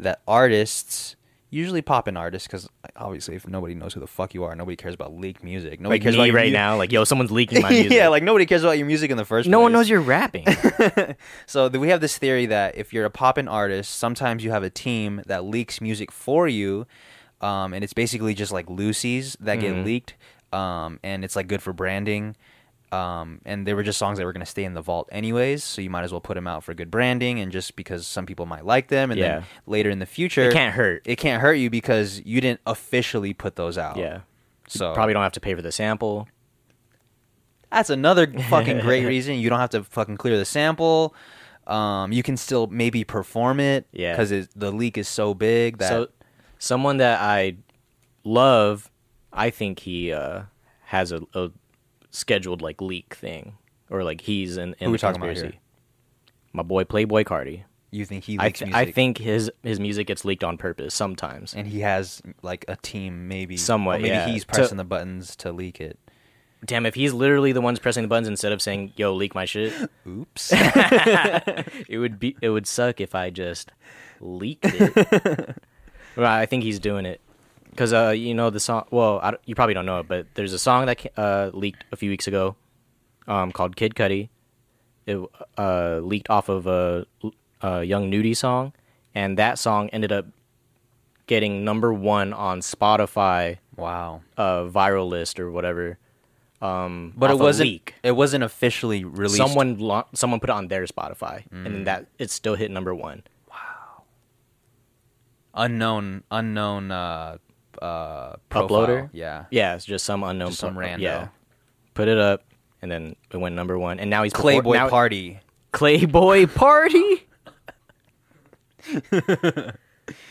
A: that artists, usually pop in artists, because obviously if nobody knows who the fuck you are, nobody cares about leaked music. Nobody
B: like
A: cares
B: me
A: about your
B: right
A: mu-
B: now, like yo, someone's leaking my music.
A: yeah, like nobody cares about your music in the first.
B: no one
A: place.
B: knows you're rapping.
A: So th- we have this theory that if you're a pop-in artist, sometimes you have a team that leaks music for you, um, and it's basically just like Lucy's that
B: Mm-hmm.
A: get leaked, um, and it's like good for branding. Um, and they were just songs that were going to stay in the vault anyways, so you might as well put them out for good branding, and just because some people might like them, and
B: Yeah.
A: then later in the future,
B: It can't hurt.
A: It can't hurt you because you didn't officially put those out.
B: yeah,
A: so
B: probably don't have to pay for the sample.
A: that's another fucking great reason. You don't have to fucking clear the sample. Um, you can still maybe perform it.
B: Yeah.
A: Because the leak is so big that.
B: So, someone that I love, I think he uh, has a, a scheduled like leak thing, or like he's in. in
A: Who we
B: the
A: talking about
B: conspiracy.
A: here?
B: My boy Playboy Cardi.
A: you think he
B: I
A: leaks
B: th- I
A: music?
B: think his his music gets leaked on purpose sometimes.
A: And he has like a team, maybe.
B: Somewhat,
A: or maybe
B: yeah.
A: he's
B: To-
A: pressing the buttons to leak it.
B: Damn, if he's literally the ones pressing the buttons instead of saying "Yo, leak my shit,"
A: Oops.
B: it would be it would suck if I just leaked it. well, I think he's doing it because uh, you know the song. Well, I, don't- you probably don't know it, but there's a song that ca- uh, leaked a few weeks ago, um, called Kid Cudi. It uh, leaked off of a, a Young Nudie song, and that song ended up getting number one on Spotify
A: Wow.
B: uh, viral list or whatever. Um,
A: But
B: off
A: it
B: a
A: wasn't.
B: leak.
A: It wasn't officially released. Mm.
B: Someone lo- someone put it on their Spotify, and then that it still hit number one.
A: unknown unknown uh uh profile.
B: Uploader?
A: Yeah.
B: Yeah, it's just some unknown
A: Just some
B: pl-
A: rando.
B: Yeah, put it up, and then it went number one, and now he's perfor-
A: Playboy
B: now-
A: party.
B: Clayboy Party.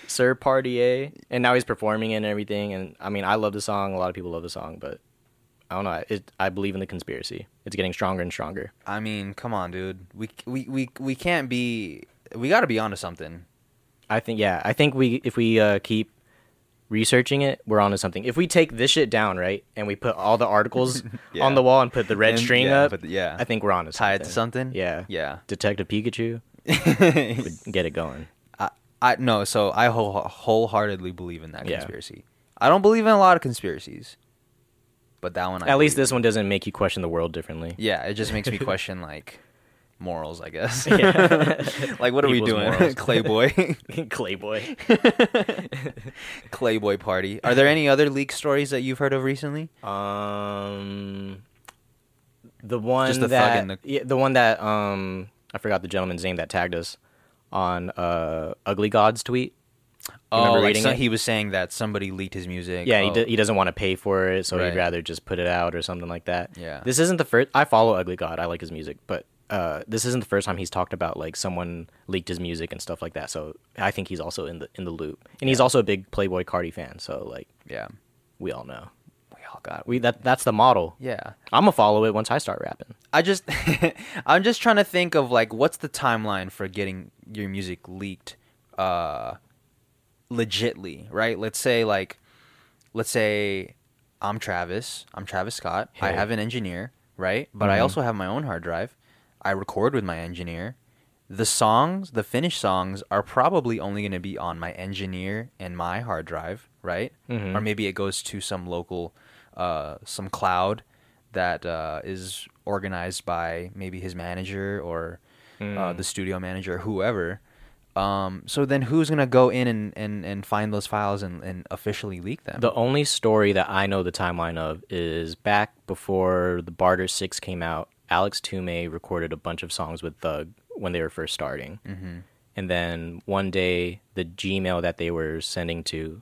B: Sir Partier, and now he's performing it and everything. And I mean, I love the song. A lot of people love the song, but I don't know. It, I believe in the conspiracy. It's getting stronger and stronger.
A: I mean, come on, dude. We we we we can't be we got to be onto something.
B: I think yeah, I think we if we uh, keep researching it, we're onto something. If we take this shit down, right, and we put all the articles
A: Yeah.
B: on the wall and put the red
A: And-
B: string
A: yeah,
B: up,
A: but- yeah.
B: I think we're onto
A: Tie
B: something.
A: it to something?
B: Yeah.
A: Yeah.
B: Detective Pikachu would get it going.
A: I no, so I whole, wholeheartedly believe in that
B: Yeah.
A: conspiracy. I don't believe in a lot of conspiracies. But that one I
B: At least
A: believe
B: this one doesn't make you question the world differently.
A: in. Yeah, it just makes me question like morals, I guess.
B: Yeah.
A: like what are we
B: People's
A: doing?
B: morals.
A: Clayboy.
B: Clayboy.
A: Clayboy party. Are there any other leak stories that you've heard of recently?
B: Um, the one
A: Just the thug
B: that
A: and the-
B: yeah, the one that um I forgot the gentleman's name that tagged us on uh Ugly God's tweet. You remember
A: Oh, like
B: reading
A: so-
B: it?
A: he was saying that somebody leaked his music.
B: Yeah,
A: Oh,
B: he, do, he doesn't want to pay for it, so
A: Right.
B: he'd rather just put it out or something like that.
A: Yeah.
B: This isn't the first. I follow Ugly God. I like his music, but uh, this isn't the first time he's talked about like someone leaked his music and stuff like that. So I think he's also in the in the loop, and he's also a big Playboy Cardi fan. So like
A: yeah.
B: we all know,
A: We all got.
B: we that that's the model.
A: yeah.
B: I'm gonna follow it once I start rapping.
A: I just I'm just trying to think of like what's the timeline for getting your music leaked uh legitly, right? Let's say like let's say I'm Travis, I'm Travis Scott. I
B: Hey.
A: have an engineer, right? But I also have my own hard drive. I record with my engineer. The songs, the finished songs are probably only going to be on my engineer and my hard drive, right? Or maybe it goes to some local uh some cloud that uh, is organized by maybe his manager or uh, the studio manager, whoever. Um, so then who's gonna go in and, and, and find those files and, and officially leak them?
B: The only story that I know the timeline of is back before the Barter Six came out. Alex Toomey recorded a bunch of songs with Thug when they were first starting, mm-hmm. and then one day the Gmail that they were sending to,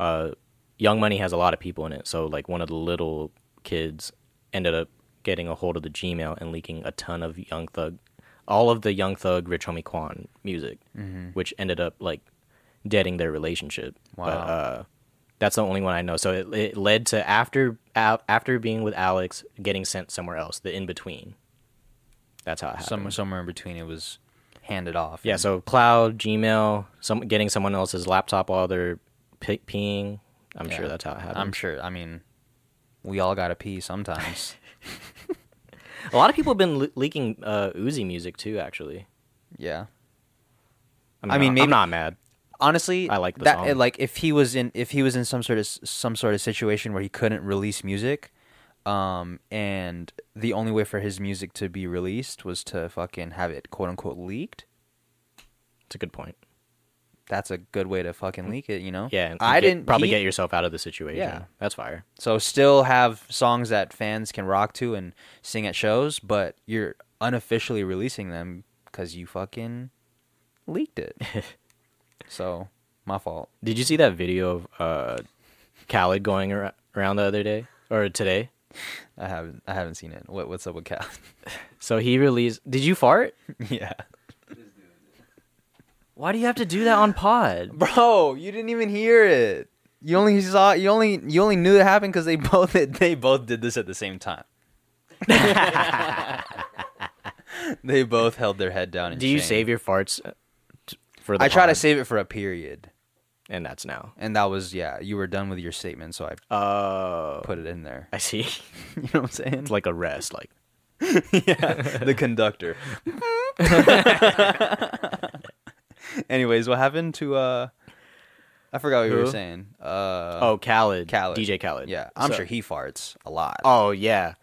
B: uh, Young Money has a lot of people in it, so like one of the little kids ended up getting a hold of the Gmail and leaking a ton of Young Thug, all of the Young Thug Rich Homie Quan music,
A: Mm-hmm.
B: which ended up like deading their relationship. But,
A: Wow.
B: uh, that's the only one I know. So it, it led to after out after being with Alex, getting sent somewhere else. The in between. That's how it happened.
A: Some, somewhere in between, it was handed off.
B: yeah. So cloud, Gmail, some getting someone else's laptop while they're p- peeing. I'm
A: Yeah.
B: sure that's how it happened.
A: I'm sure. I mean, we all gotta pee sometimes.
B: A lot of people have been le- leaking uh, Uzi music too. Actually,
A: yeah.
B: I'm
A: I mean,
B: not-
A: maybe-
B: I'm not mad.
A: honestly
B: I like the song.
A: it- like if he was in if he was in some sort of s- some sort of situation where he couldn't release music um and the only way for his music to be released was to fucking have it quote unquote leaked
B: It's a good point.
A: that's a good way to fucking leak it you know
B: Mm. Yeah, and
A: i
B: get-
A: didn't
B: probably
A: he-
B: get yourself out of the situation.
A: Yeah.
B: that's fire.
A: so still have songs that fans can rock to and sing at shows but you're unofficially releasing them because you fucking leaked it so my fault
B: Did you see that video of uh, Khaled going ar- around the other day or today?
A: i haven't i haven't seen it what, what's up with cal
B: So he released. Did you fart?
A: yeah
B: Why do you have to do that on pod?
A: Bro, you didn't even hear it. You only saw. You only. You only knew it happened because they both. They both did this at the same time. they both held their head down. In
B: Do you
A: shame.
B: save your farts uh, t- for the
A: I try to
B: pod?
A: save it for a period,
B: and that's now.
A: and that was yeah. You were done with your statement, so I
B: Oh,
A: put it in there.
B: I see.
A: You know what I'm saying?
B: It's like a rest. Like
A: yeah, the conductor. Anyways, what happened to uh? I forgot what you were
B: Who?
A: saying. Uh,
B: oh, Khaled,
A: Khaled.
B: DJ Khaled.
A: yeah, I'm
B: So-
A: sure he farts a lot,
B: Oh yeah,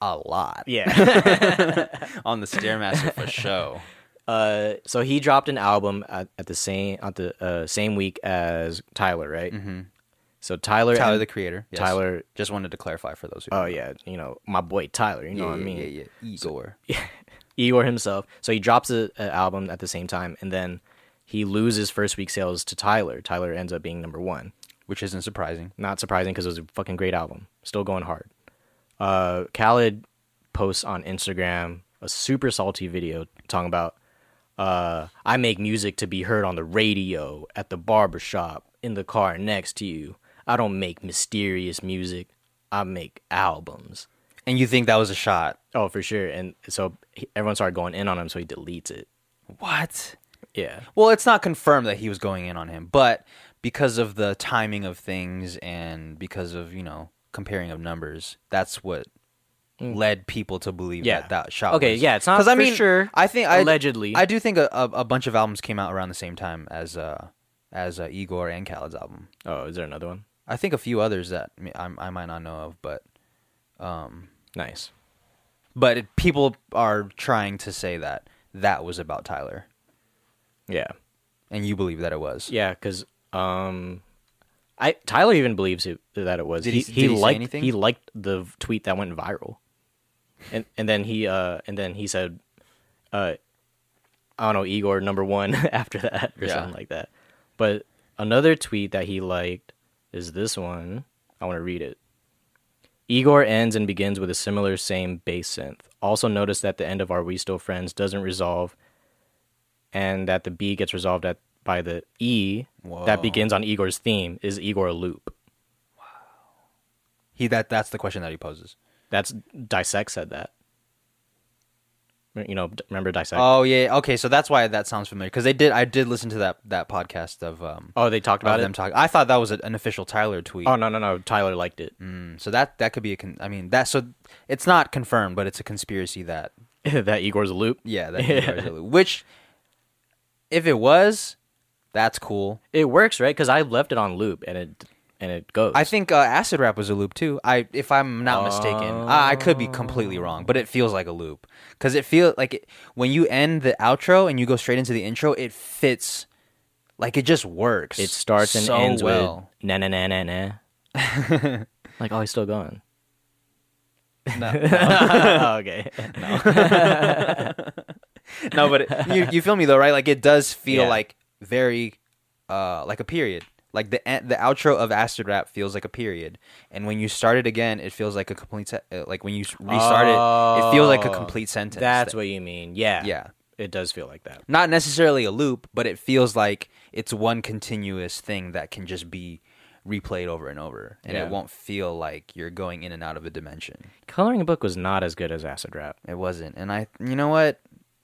A: a lot.
B: yeah.
A: on the stairmaster for show.
B: uh, so he dropped an album at, at the same at the uh, same week as Tyler, right? Mm-hmm. So Tyler,
A: Tyler
B: and-
A: the creator. yes.
B: Tyler.
A: Just wanted to clarify for those who.
B: Oh
A: don't know.
B: yeah, you know my boy Tyler. You know
A: yeah,
B: what I
A: yeah,
B: mean?
A: Yeah, yeah, Igor.
B: Igor himself. So he drops an album at the same time, and then he loses first week sales to Tyler. Tyler ends up being number one.
A: which isn't surprising.
B: Not surprising because it was a fucking great album. Still going hard. Uh, Khaled posts on Instagram a super salty video talking about uh, I make music to be heard on the radio, at the barbershop, in the car next to you. I don't make mysterious music. I make albums.
A: And you think that was a shot?
B: Oh, for sure. And so he- everyone started going in on him, so he deletes it.
A: What?
B: Yeah.
A: Well, it's not confirmed that he was going in on him, but because of the timing of things and because of you know comparing of numbers, that's what led people to believe
B: Mm. Yeah.
A: that that shot.
B: Okay,
A: was-
B: yeah, it's not
A: 'Cause I
B: for
A: mean,
B: sure,
A: I think I,
B: allegedly.
A: I do think a, a, a bunch of albums came out around the same time as uh as uh, Igor and Khaled's album.
B: Oh, is there another one?
A: I think a few others that I, I might not know of, but
B: Nice.
A: but it, people are trying to say that that was about Tyler,
B: Yeah.
A: and you believe that it was.
B: Yeah, because um, I Tyler even believes it, that it was.
A: Did
B: he
A: he-
B: he,
A: did he say
B: liked
A: anything?
B: he liked the v- tweet that went viral, and and then he uh and then he said, uh, I don't know Igor number one after that or
A: Yeah.
B: something like that. But another tweet that he liked is this one. I want to read it. Igor ends and begins with a similar same bass synth. Also notice that the end of Are We Still Friends doesn't resolve and that the B gets resolved at by the E
A: Whoa.
B: that begins on Igor's theme. Is Igor a loop?
A: He that that's the question that he poses.
B: That's Dissect said that. You know, d- remember Dissect?
A: Oh yeah, okay. So that's why that sounds familiar because they did. I did listen to that that podcast of um
B: oh, they talked about
A: of them
B: it.
A: talking. I thought that was a, an official Tyler tweet.
B: oh no, no, no. Tyler liked it.
A: Mm, so that that could be a. Con- I mean that. So it's not confirmed, but it's a conspiracy that
B: that Igor's a loop.
A: yeah that which if it was, that's cool.
B: It works, right? Because I left it on loop and it and it goes.
A: I think uh, acid rap was a loop too. I, if I'm not mistaken, I, I could be
B: Oh.
A: completely wrong, but it feels like a loop because it feels like it, when you end the outro and you go straight into the intro, it fits. Like it just works.
B: it starts and
A: so
B: ends
A: well.
B: with na na na na na. like oh, he's still going.
A: No,
B: oh, okay.
A: no, but it, you, you feel me though, right? Like it does feel
B: Yeah.
A: like very, uh, like a period. Like the en- the outro of acid rap feels like a period, and when you start it again, it feels like a complete. Se- uh, like when you s- restart it, it feels like a
B: Oh,
A: complete sentence.
B: That's
A: That-
B: what you mean. Yeah.
A: yeah.
B: It does feel like that.
A: not necessarily a loop, but it feels like it's one continuous thing that can just be replayed over and over, and
B: Yeah.
A: it won't feel like you're going in and out of a dimension.
B: Coloring book was not as good as acid rap.
A: It wasn't, and I, you know what,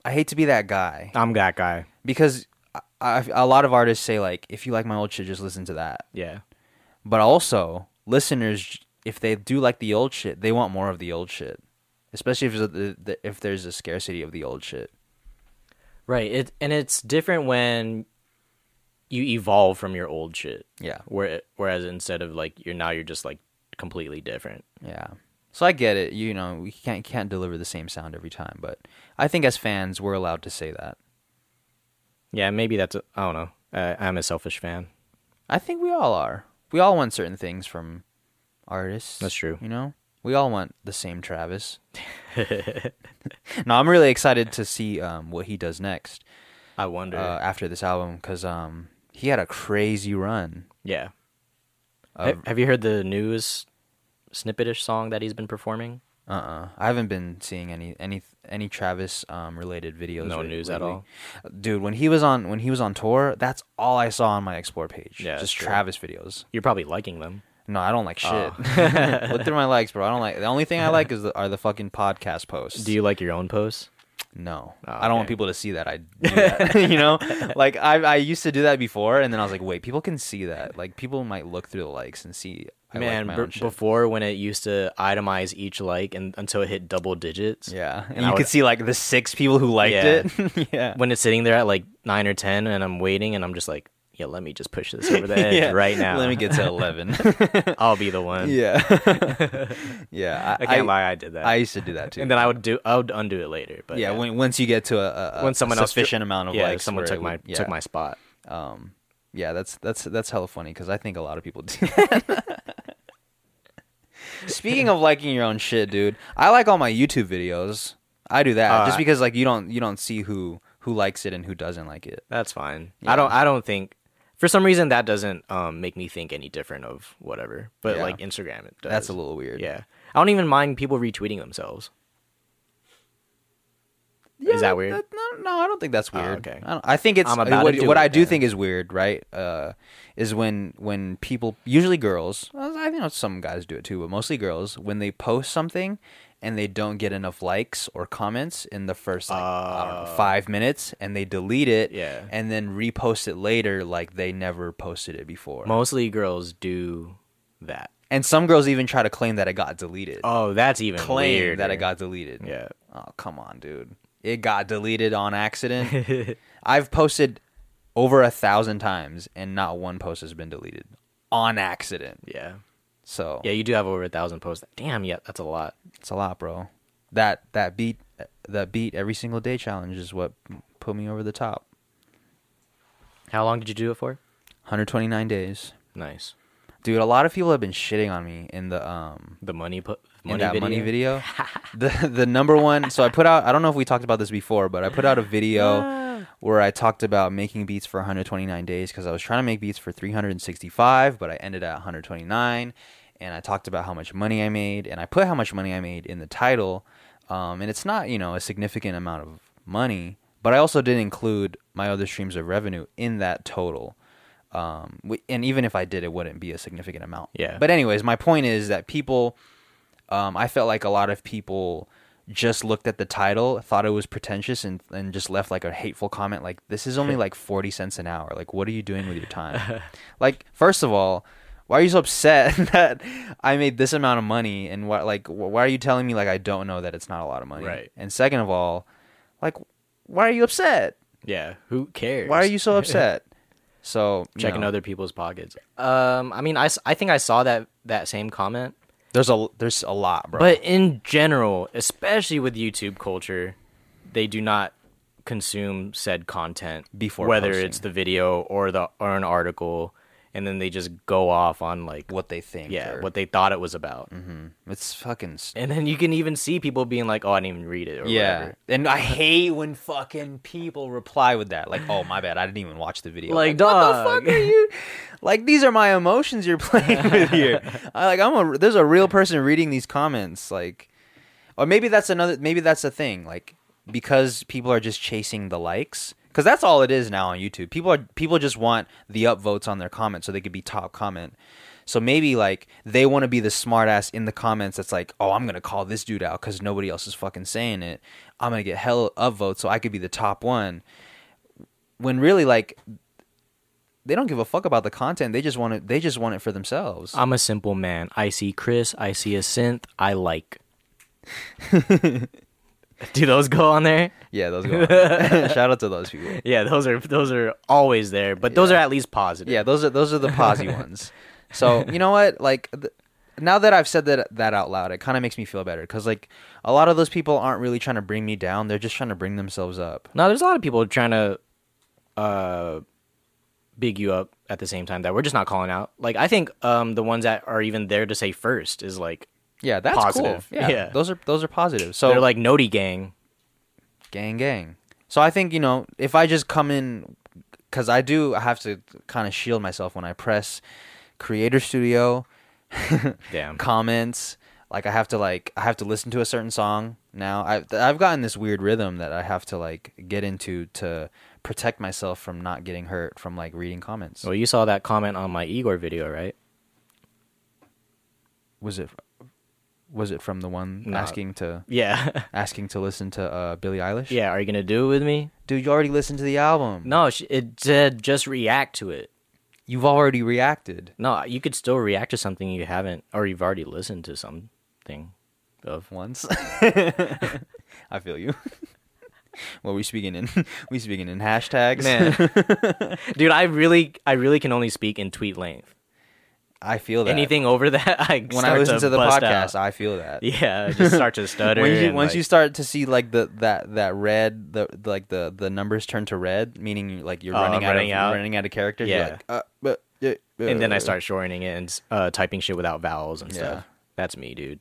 A: I hate to be that guy
B: I'm that guy.
A: because I, I, a lot of artists say like, if you like my old shit, just listen to that.
B: Yeah.
A: But also, listeners, if they do like the old shit, they want more of the old shit, especially if there's a, the, if there's a scarcity of the old shit.
B: Right. It and it's different when you evolve from your old shit.
A: Yeah.
B: Where whereas instead of like you're now you're just like completely different.
A: Yeah. So I get it. You know, we can't can't deliver the same sound every time, but I think as fans, we're allowed to say that.
B: Yeah. Maybe that's a, I don't know. Uh, I'm a selfish fan.
A: I think we all are. We all want certain things from artists.
B: That's true.
A: You know, we all want the same Travis. no, I'm really excited to see um, what he does next
B: I wonder.
A: uh, after this album because um, he had a crazy run.
B: yeah.
A: Uh,
B: Ha- have you heard the news snippetish song that he's been performing?
A: Uh uh I haven't been seeing any any any Travis um related videos.
B: No
A: re-
B: news at
A: lately.
B: all?
A: dude. When he was on when he was on tour, that's all I saw on my explore page.
B: Yeah, that's
A: just
B: true. Oh.
A: Travis videos.
B: You're probably liking them.
A: No, I don't like shit. Look through my likes, bro. I don't like. The only thing I like is the, are the fucking podcast posts.
B: Do you like your own posts?
A: No,
B: Oh,
A: I don't want
B: okay.
A: people to see that. I, do that. you know, like I I used to do that before, and then I was like, wait, people can see that. Like people might look through the likes and see. I like
B: Man,
A: my
B: b-
A: own shit.
B: before when it used to itemize each like and until it hit double digits.
A: yeah, and,
B: and I
A: you
B: would-
A: could see like the six people who liked
B: Yeah.
A: it. yeah,
B: when it's sitting there at like nine or ten and I'm waiting and I'm just like, yeah, let me just push this over the edge right now.
A: Let me get to eleven.
B: I'll be the one.
A: yeah, yeah.
B: I can't lie, I did that.
A: I used to do that too.
B: And then I would do, I would undo it later. But
A: yeah, when, once you get to a, a
B: when someone
A: a
B: else
A: sufficient amount of
B: yeah,
A: likes,
B: someone
A: where
B: took
A: it
B: my
A: would- yeah.
B: took my spot.
A: Um, yeah, that's that's that's hella funny because I think a lot of people do. that. Speaking of liking your own shit, dude, I like all my YouTube videos. I do that
B: Uh,
A: just because like you don't you don't see who who likes it and who doesn't like it.
B: That's fine.
A: Yeah.
B: I don't. I don't think for some reason that doesn't um make me think any different of whatever. But
A: Yeah.
B: like Instagram, it does.
A: That's a little weird.
B: Yeah, I don't even mind people retweeting themselves.
A: Yeah,
B: Is that weird?
A: no, no, I don't think that's
B: Oh,
A: weird.
B: okay.
A: I, don't- I think it's
B: I'm about
A: what,
B: to do
A: what
B: it
A: I do
B: then.
A: think is weird, right? Uh, is when when people, usually girls, I think some guys do it too, but mostly girls, when they post something and they don't get enough likes or comments in the first like, I don't know, five minutes, and they delete it,
B: Uh. Yeah.
A: and then repost it later like they never posted it before.
B: Mostly girls do that.
A: and some girls even try to claim that it got deleted.
B: Oh, that's even
A: claim
B: weirder.
A: that it got deleted.
B: Yeah.
A: Oh, come on, dude. It got deleted on accident. I've posted over a thousand times and not one post has been deleted on accident.
B: Yeah,
A: So
B: yeah. You do have over a thousand posts. Damn. Yeah, that's a lot.
A: it's a lot, bro. That that beat that beat every single day challenge is what put me over the top.
B: How long did you do it for?
A: 129 days.
B: Nice.
A: Dude, a lot of people have been shitting on me in the um
B: The money put
A: in
B: money
A: that
B: video.
A: money video. the the number one. So I put out. I don't know if we talked about this before, but I put out a video where I talked about making beats for 129 days because I was trying to make beats for 365, but I ended at 129. And I talked about how much money I made, and I put how much money I made in the title. Um, and it's not you know a significant amount of money, but I also did include my other streams of revenue in that total. Um, w- and even if I did, it wouldn't be a significant amount.
B: Yeah.
A: But anyways, my point is that people um, I felt like a lot of people just looked at the title, thought it was pretentious, and, and just left like a hateful comment like, this is only like 40 cents an hour. Like, what are you doing with your time? like, first of all, why are you so upset that I made this amount of money? And what, like, wh- why are you telling me like I don't know that it's not a lot of money?
B: Right.
A: And second of all, like, why are you upset?
B: Yeah. Who cares?
A: Why are you so upset? So you
B: checking
A: know,
B: other people's pockets? Um, I mean, I, s- I think I saw that that same comment.
A: There's a there's a lot, bro.
B: But in general, especially with YouTube culture, they do not consume said content
A: Before
B: whether
A: posting.
B: it's the video or the or an article, and then they just go off on like
A: what they think?
B: yeah
A: or-
B: what they thought it was about,
A: Mm-hmm. it's fucking st-
B: and then you can even see people being like, "Oh, I didn't even read it." Or
A: Yeah,
B: whatever. Uh,
A: and I hate when fucking people reply with that, like, "Oh, my bad, I didn't even watch the video."
B: Like,
A: what
B: dog.
A: the fuck are you? Like, these are my emotions you're playing with here. I like, I'm a there's a real person reading these comments, like, or maybe that's another, maybe that's a thing, like, because people are just chasing the likes, because that's all it is now on YouTube. People are people just want the upvotes on their comments so they could be top comment. So maybe like they want to be the smartass in the comments that's like, oh, I'm gonna call this dude out because nobody else is fucking saying it. I'm gonna get hell upvotes so I could be the top one. When really like they don't give a fuck about the content. They just want it. They just want it for themselves.
B: I'm a simple man. I see Chris. I see a synth. I like. do those go on there?
A: yeah, those go. On. Shout out to those people.
B: Yeah, those are those are always there, but those are at least positive.
A: Yeah, those are those are the posy ones. So you know what? Like th- now that I've said that that out loud, it kind of makes me feel better because like a lot of those people aren't really trying to bring me down. They're just trying to bring themselves up.
B: No, there's a lot of people trying to uh big you up at the same time that we're just not calling out. Like I think um the ones that are even there to say first is like
A: Yeah, that's
B: Positive.
A: cool. Yeah,
B: Yeah.
A: those are those are positive. So
B: they're like Noti gang.
A: gang gang. So I think you know if I just come in because I do have to kind of shield myself when I press creator studio
B: Damn.
A: comments. Like I have to like I have to listen to a certain song now. I I've gotten this weird rhythm that I have to like get into to protect myself from not getting hurt from like reading comments.
B: Well, you saw that comment on my Igor video, right?
A: Was it was it from the one
B: No.
A: asking to
B: Yeah.
A: asking to listen to uh, Billie Eilish?
B: yeah, are you going to do it with me?
A: dude, you already listened to the album.
B: No, sh- it said just react to it.
A: You've already reacted.
B: No, you could still react to something you haven't or you've already listened to something of.
A: once. I feel you. well, we speaking in we speaking in hashtags.
B: Man. Dude, I really, I really can only speak in tweet length.
A: I feel that
B: Anything over that, I
A: when
B: start
A: I listen to, the
B: bust
A: podcast,
B: out.
A: I feel that.
B: yeah, I just start to stutter.
A: When you,
B: and,
A: once
B: like-
A: you start to see like the that that red the like the the numbers turn to red, meaning like you're
B: Oh,
A: running,
B: running
A: out
B: out.
A: of running out of characters.
B: Yeah.
A: You're like, uh, but, uh,
B: and then I
A: uh,
B: start shortening it and uh, typing shit without vowels and
A: Yeah.
B: stuff. That's me, dude.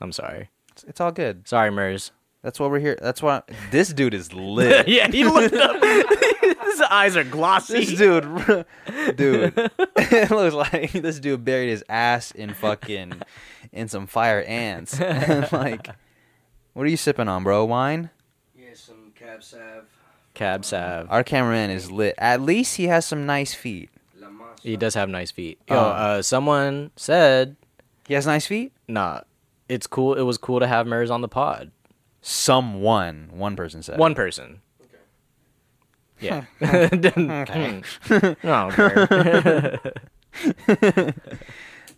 B: I'm sorry.
A: It's, it's all good.
B: Sorry, Mers.
A: That's what we're here. That's why this dude is lit.
B: yeah, he looked up. His eyes are glossy.
A: This dude, dude, it looks like this dude buried his ass in fucking in some fire ants. like, what are you sipping on, bro? Wine?
C: Yeah, some cab sav.
B: Cab Sav.
A: Our cameraman is lit. At least he has some nice feet.
C: La Masa.
B: He does have nice feet. Yo,
A: Oh.
B: uh, someone said,
A: He has nice feet.
B: nah, it's cool. It was cool to have Mers on the pod.
A: Someone, one person said.
B: One person.
C: Okay.
B: Yeah. okay. no, okay.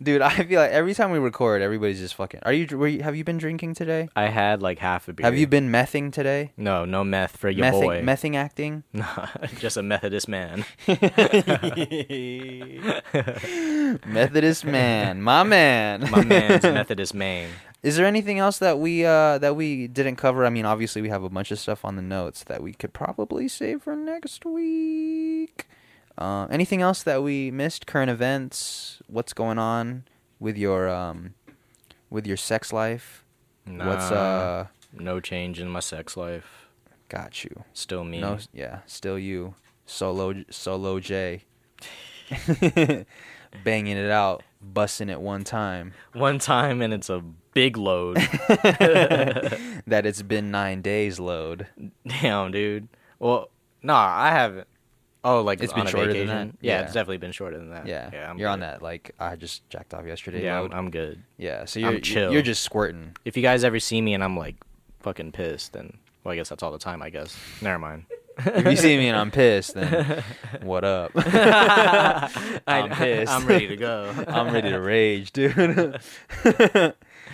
A: dude. I feel like every time we record, everybody's just fucking. Are you? Were you have you been drinking today?
B: I had like half a beer.
A: Have you been mething today?
B: No, no meth for your boy.
A: Mething, mething acting.
B: Nah, just a Methodist man.
A: Methodist man, my man,
B: My man's Methodist man.
A: Is there anything else that we uh, that we didn't cover? I mean, obviously we have a bunch of stuff on the notes that we could probably save for next week. Uh, anything else that we missed? Current events? What's going on with your um, with your sex life? What's
B: Nah,
A: uh?
B: No change in my sex life.
A: Got you.
B: Still me.
A: No, yeah, still you, solo solo J, banging it out, busting it one time.
B: One time and it's a big load.
A: That it's been nine days load.
B: Damn, dude. Well, nah, I haven't. Oh, like
A: It's
B: on
A: been
B: a
A: shorter than
B: vacation?
A: that?
B: Yeah,
A: Yeah.
B: it's definitely been shorter than that.
A: Yeah,
B: yeah, I'm
A: you're on
B: good.
A: that. Like I just jacked off yesterday.
B: Yeah,
A: load.
B: I'm, I'm good.
A: yeah. So
B: I'm
A: you're
B: chill.
A: you're just squirting.
B: If you guys ever see me and I'm like fucking pissed, then well, I guess that's all the time. I guess. Never mind.
A: If you see me and I'm pissed, then what up? I'm pissed.
B: I'm ready to go.
A: I'm ready to rage, dude.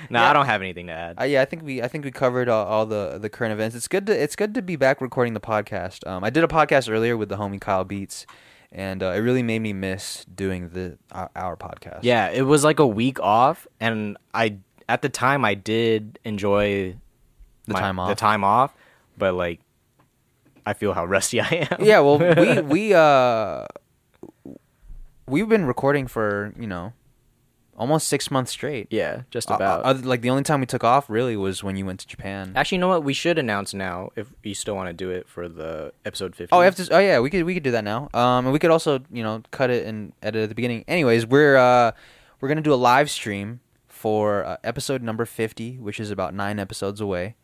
B: No, I don't have anything to add.
A: Uh, yeah, I think we I think we covered all, all the the current events. It's good to it's good to be back recording the podcast. Um, I did a podcast earlier with the homie Kyle Beats, and uh, it really made me miss doing the our, our podcast.
B: Yeah, it was like a week off, and I at the time I did enjoy
A: The
B: my-
A: time off.
B: The time off, but like, I feel how rusty I am.
A: yeah. Well, we we uh we've been recording for you know almost six months straight.
B: yeah, just
A: Uh,
B: about.
A: uh, other- like the only time we took off really was when you went to Japan.
B: Actually, you know what? We should announce now if you still want to do it for the episode fifty.
A: Oh, I have to. Oh, yeah, we could we could do that now. Um, and we could also you know cut it and edit at the beginning. Anyways, we're uh we're gonna do a live stream for uh, episode number fifty, which is about nine episodes away.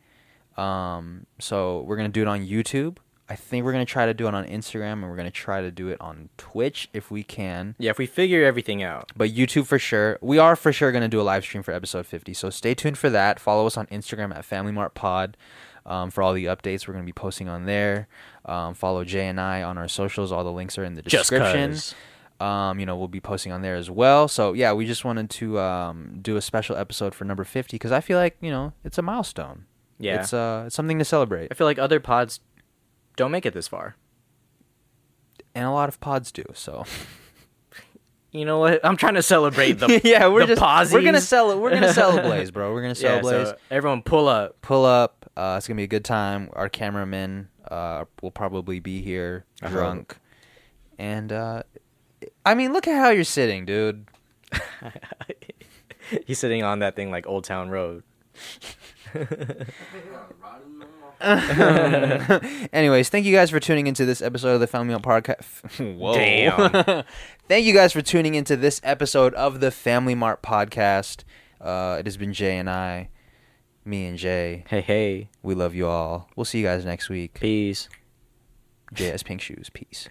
A: Um, so we're gonna do it on YouTube. I think we're gonna try to do it on Instagram, and we're gonna try to do it on Twitch if we can.
B: Yeah, if we figure everything out.
A: But YouTube for sure. We are for sure going to do a live stream for episode 50. So stay tuned for that. Follow us on Instagram at Family Mart Pod um, for all the updates we're going to be posting on there. Um, follow Jay and I on our socials. All the links are in the
B: Just
A: description.
B: 'cause.
A: Um, you know, we'll be posting on there as well. So yeah, we just wanted to um, do a special episode for number 50 because I feel like, you know, it's a milestone.
B: Yeah.
A: It's, uh, it's something to celebrate.
B: I feel like other pods don't make it this far.
A: And a lot of pods do. So.
B: You know what? I'm trying to celebrate the
A: yeah, we're
B: the
A: just
B: posies.
A: we're gonna sell it. We're gonna sell a blaze, bro. We're gonna sell
B: Yeah,
A: a blaze.
B: so everyone pull up.
A: pull up. Uh, it's gonna be a good time. Our cameraman uh, will probably be here
B: I hope.
A: drunk, and uh, I mean, look at how you're sitting, dude.
B: He's sitting on that thing like Old Town Road.
C: Yeah, rotting them off.
A: Anyways, thank you guys for tuning into this episode of the Family Mart Podcast. Whoa!
B: Damn.
A: thank you guys for tuning into this episode of the Family Mart Podcast. Uh, it has been Jay and I, me and Jay.
B: Hey, hey,
A: We love you all. We'll see you guys next week.
B: peace.
A: Jay has pink shoes. Peace.